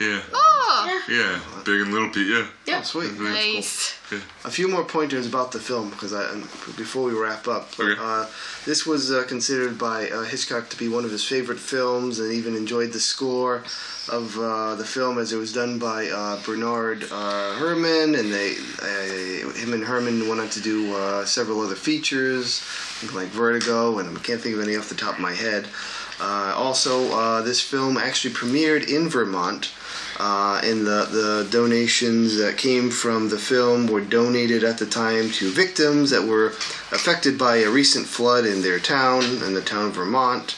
S3: Yeah,
S2: Oh,
S3: yeah. Big and little Pete. Yeah.
S4: Oh, sweet.
S3: Mm-hmm.
S2: nice.
S4: A few more pointers about the film because I um, before we wrap up. but,
S3: Okay.
S4: Uh, this was uh, considered by uh, Hitchcock to be one of his favorite films, and even enjoyed the score of uh, the film as it was done by uh, Bernard uh, Herman, and they uh, him and Herman went on to do uh, several other features like Vertigo, and I can't think of any off the top of my head. Uh, also, uh, this film actually premiered in Vermont, uh, and the, the donations that came from the film were donated at the time to victims that were affected by a recent flood in their town, in the town of Vermont.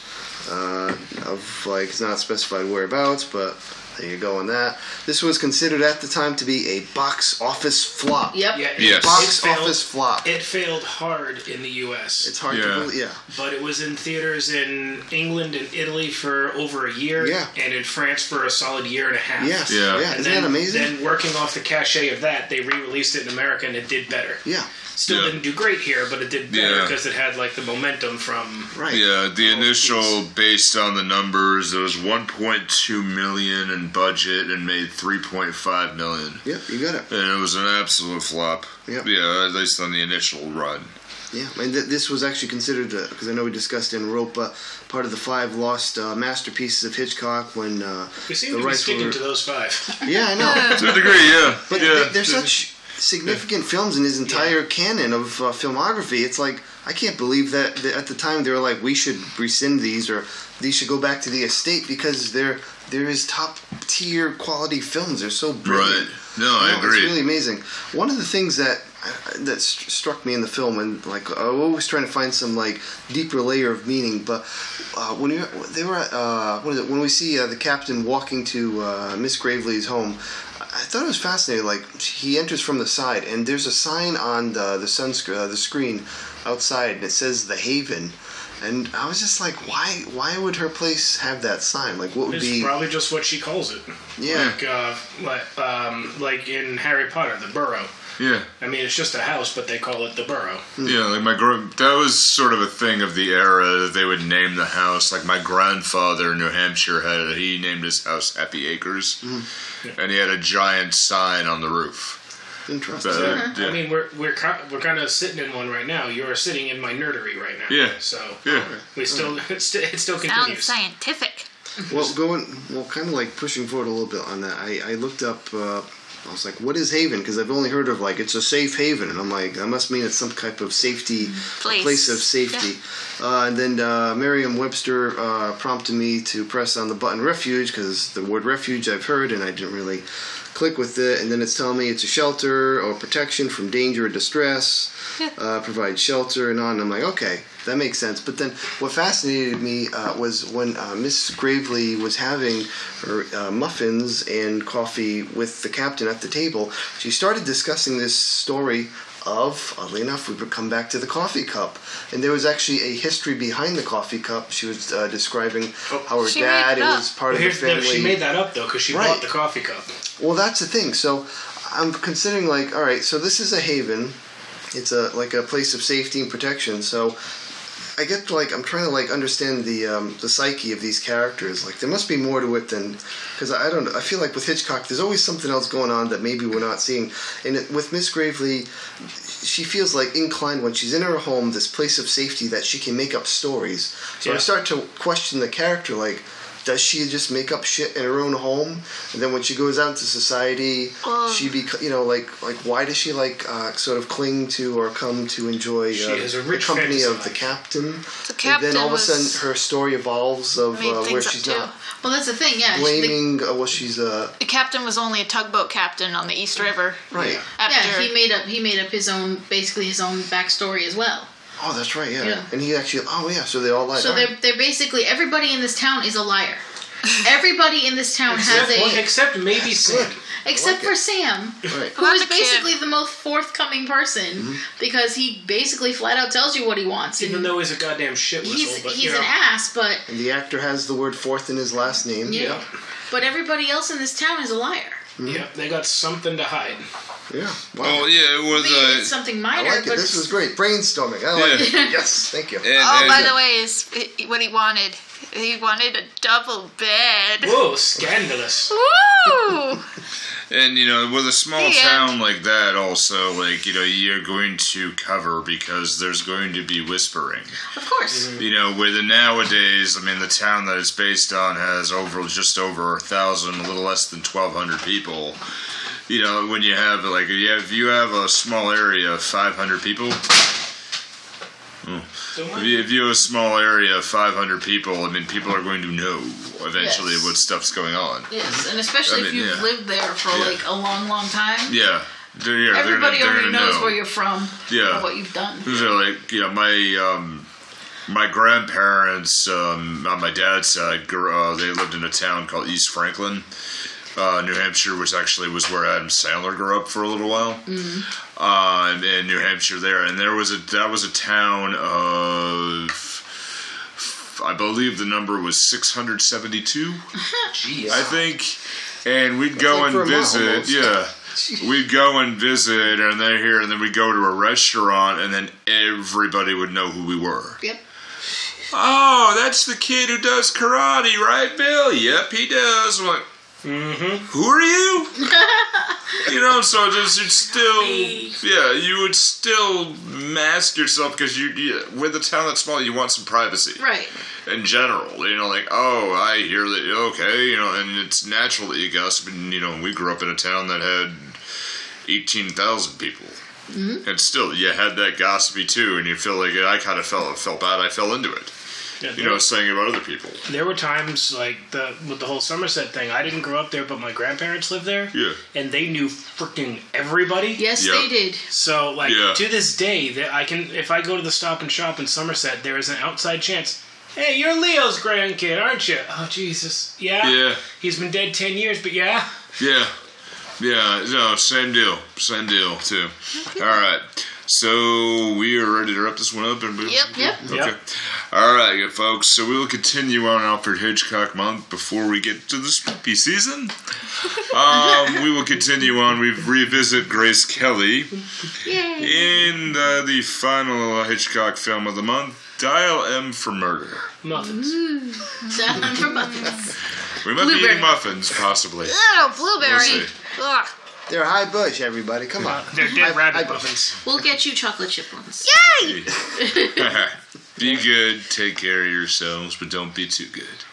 S4: Uh, of like, it's not specified whereabouts, but there you go on that. This was considered at the time to be a box office flop.
S6: Yep.
S5: Yeah.
S3: Yes.
S4: Uh, Box
S5: It failed.
S4: office flop.
S5: It failed hard in the U.S.
S4: It's hard
S3: Yeah.
S4: to believe. Yeah.
S5: but it was in theaters in England and Italy for over a year,
S4: Yeah.
S5: and in France for a solid year and a half.
S4: Yes.
S3: Yeah.
S4: Yeah.
S3: And
S4: Isn't
S5: then,
S4: that amazing?
S5: Then working off the cachet of that, they re-released it in America and it did better.
S4: yeah.
S5: Still
S3: Yeah.
S5: didn't do great here, but it did better
S3: Yeah.
S5: because it had like the momentum from.
S4: Right.
S3: Yeah, the initial based on the numbers, it was 1.2 million in budget and made 3.5 million.
S4: Yep. You got it.
S3: And it was an absolute flop.
S4: Yep.
S3: Yeah, at least on the initial run.
S4: Yeah, and th- this was actually considered because I know we discussed in Europa part of the five lost uh, masterpieces of Hitchcock when uh,
S5: We seem
S4: the
S5: to be
S4: rights
S5: sticking
S4: were.
S5: to those five.
S4: yeah, I know,
S3: To a degree, yeah.
S4: but
S3: yeah.
S4: they- they're such significant films in his entire canon of uh, filmography. It's like I can't believe that that at the time they were like we should rescind these or these should go back to the estate because they're they're his top tier quality films. They're so
S3: Right.
S4: brilliant.
S3: No, I
S4: No,
S3: agree.
S4: It's really amazing. One of the things that that st- struck me in the film, and like I was always trying to find some like deeper layer of meaning, but uh, when you, they were at, uh, what is it, when we see uh, the captain walking to uh, Miss Gravely's home. I thought it was fascinating. Like he enters from the side, and there's a sign on the the sunscreen, uh, the screen outside, and it says the Haven. And I was just like, why? Why would her place have that sign? Like, what would
S5: It's
S4: be?
S5: probably just what she calls it.
S4: yeah,
S5: Like, uh, like, um, like in Harry Potter, the Burrow.
S3: Yeah.
S5: I mean, it's just a house, but they call it the borough.
S4: Mm.
S3: Yeah, like my gr- that was sort of a thing of the era that they would name the house. Like my grandfather in New Hampshire had it. He named his house Happy Acres,
S4: Mm.
S3: and he had a giant sign on the roof.
S4: Interesting.
S3: That- yeah.
S5: I mean, we're we're ki- we're kind of sitting in one right now. You are sitting in my nerdery right now.
S3: Yeah.
S5: So
S3: yeah.
S5: we still it still, it still
S2: Sounds
S5: continues.
S2: scientific.
S4: Well, going well, kind of like pushing forward a little bit on that. I, I looked up. Uh, I was like, "What is Haven?" Because I've only heard of like it's a safe haven, and I'm like, that must mean it's some type of safety
S2: Place.
S4: place of safety. Uh, and then uh, Merriam-Webster uh, prompted me to press on the button refuge because the word refuge I've heard, and I didn't really click with it. And then it's telling me it's a shelter or protection from danger or distress, uh, provide shelter and on. And I'm like, okay, that makes sense. But then what fascinated me uh, was when uh, Miss Gravely was having her uh, muffins and coffee with the captain at the table, she started discussing this story of, oddly enough, we would come back to the coffee cup. And there was actually a history behind the coffee cup. She was uh, describing
S5: Oh,
S4: how her
S2: She made
S4: dad,
S2: it
S4: it
S2: up.
S4: was part
S5: Well,
S4: of the
S5: here's the-
S4: family.
S5: she made that up though because she
S4: Right.
S5: bought the coffee cup.
S4: Well, that's the thing. So I'm considering like, all right, so this is a haven. It's a like a place of safety and protection. So I get to, like I'm trying to like understand the um, the psyche of these characters. Like there must be more to it than because I don't. know. I feel like with Hitchcock, there's always something else going on that maybe we're not seeing. And it, with Miss Gravely, she feels like inclined when she's in her home, this place of safety, that she can make up stories. So I
S5: Yeah.
S4: start to question the character, like. Does she just make up shit in her own home, and then when she goes out into society,
S2: Well-
S4: she be you know like like why does she like uh, sort of cling to or come to enjoy
S5: She
S4: uh,
S5: is a
S4: the
S5: rich
S4: company
S5: fantasy
S4: of the
S5: life.
S4: captain?
S2: The
S4: and
S2: captain
S4: then all of a
S2: was
S4: sudden, her story evolves of
S2: made
S4: uh,
S2: things
S4: where
S2: up
S4: she's
S2: too.
S4: not
S6: Well, that's the thing, yeah. she- the-
S4: blaming. Uh, well, she's uh,
S2: the captain was only a tugboat captain on the East River.
S4: right.
S2: After
S6: yeah, he made up he made up his own basically his own backstory as well.
S4: Oh, that's right. Yeah.
S6: Yeah.
S4: and he actually. Oh, yeah. So they all lied.
S6: So
S4: all
S6: they're
S4: right.
S6: they're basically everybody in this town is a liar. Everybody in this town has
S5: Except-
S6: a
S5: except maybe Sam.
S6: except
S4: like
S6: for
S4: it.
S6: Sam,
S4: Right.
S6: who
S2: Not
S6: is
S2: the kid.
S6: basically the most forthcoming person
S4: Mm-hmm.
S6: because he basically flat out tells you what he wants.
S5: Even
S6: And
S5: though he's a goddamn shit whistle,
S6: he's
S5: but
S6: he's
S5: you know,
S6: an ass, but
S4: And the actor has the word fourth in his last name.
S6: yeah. But everybody else in this town is a liar.
S4: Mm-hmm.
S5: yeah, they got something to hide.
S4: Yeah. Wow.
S3: Oh yeah, it was.
S6: Maybe it's
S3: Uh,
S6: something
S4: I
S6: minor,
S4: like it.
S6: but
S4: This was great. Brainstorming. I like it. Yes. Thank you.
S3: and,
S2: Oh,
S3: and-
S2: by the way, is what he wanted. He wanted a double bed.
S5: Whoa, scandalous!
S2: Woo!
S3: And you know, with a small
S2: The
S3: town like that, also like you know, you're going to cover because there's going to be whispering.
S6: of course.
S3: You know, with the nowadays, I mean, the town that it's based on has over just over a thousand, a little less than twelve hundred people. You know, when you have like you have you have a small area of five hundred people,
S5: Don't
S3: If
S5: mind
S3: you, if you have a small area of 500 people, I mean, people are going to know eventually
S6: Yes.
S3: what stuff's going on.
S6: Yes, and especially
S3: I
S6: if
S3: mean,
S6: you've
S3: yeah.
S6: lived there for
S3: Yeah.
S6: like a long, long time.
S3: Yeah. They're, yeah, they're gonna-
S6: Everybody
S3: they're
S6: already
S3: gonna
S6: knows
S3: know.
S6: where you're from
S3: Yeah. Mm.
S6: and what you've done.
S3: These are like, you know, my, um, my grandparents um, on my dad's side, gr- uh, they lived in a town called East Franklin, uh, New Hampshire, which actually was where Adam Sandler grew up for a little while. Uh, in- in New Hampshire, there, and there was a that was a town of, I believe the number was six hundred seventy two.
S5: Jeez.
S3: I think. And we'd go
S4: like
S3: and
S4: Vermont
S3: visit,
S4: almost.
S3: yeah. We'd go and visit, and they're here, and then we'd go to a restaurant, and then everybody would know who we were.
S6: Yep.
S3: Oh, that's the kid who does karate, right, Bill? Yep, he does. I'm like,
S5: Mm-hmm.
S3: who are you? you know, so just you'd still, yeah, you would still mask yourself because you, you, with a town that small, you want some privacy
S6: Right.
S3: in general. You know, like, oh, I hear that, okay, you know, and it's natural that you gossip. And, you know, we grew up in a town that had 18,000 people. And still, you had that gossipy too, and you feel like I kind of felt felt bad. I fell into it,
S5: Yeah,
S3: you know, saying about other people.
S5: There were times like the with the whole Somerset thing. I didn't grow up there, but my grandparents lived there.
S3: Yeah.
S5: and they knew freaking everybody.
S6: Yes,
S3: Yep.
S6: they did.
S5: So like
S3: Yeah.
S5: to this day, that I can if I go to the Stop and Shop in Somerset, there is an outside chance. Hey, you're Leo's grandkid, aren't you? Oh Jesus, yeah.
S3: Yeah.
S5: He's been dead ten years, but yeah.
S3: Yeah, yeah, no, same deal, same deal too. All right, So we are ready to wrap this one up. Everybody?
S2: Yep, yep.
S6: Mm-hmm.
S3: Okay.
S5: Yep.
S3: All right, good folks. So we will continue on Alfred Hitchcock month before we get to the spooky season. Um, we will continue on. We revisit Grace Kelly in uh, the final Hitchcock film of the month. Dial M for Murder.
S5: Muffins.
S4: Mm.
S6: Down for muffins.
S3: We might be
S2: Blueberry.
S3: eating muffins, possibly.
S2: Oh,
S3: We'll
S2: blueberry.
S3: see.
S2: Ugh.
S4: They're high bush, everybody. Come on.
S5: They're dead
S4: I-
S5: rabbit
S4: I-
S5: muffins.
S6: We'll get you chocolate chip ones.
S3: Be good. Take care of yourselves, but don't be too good.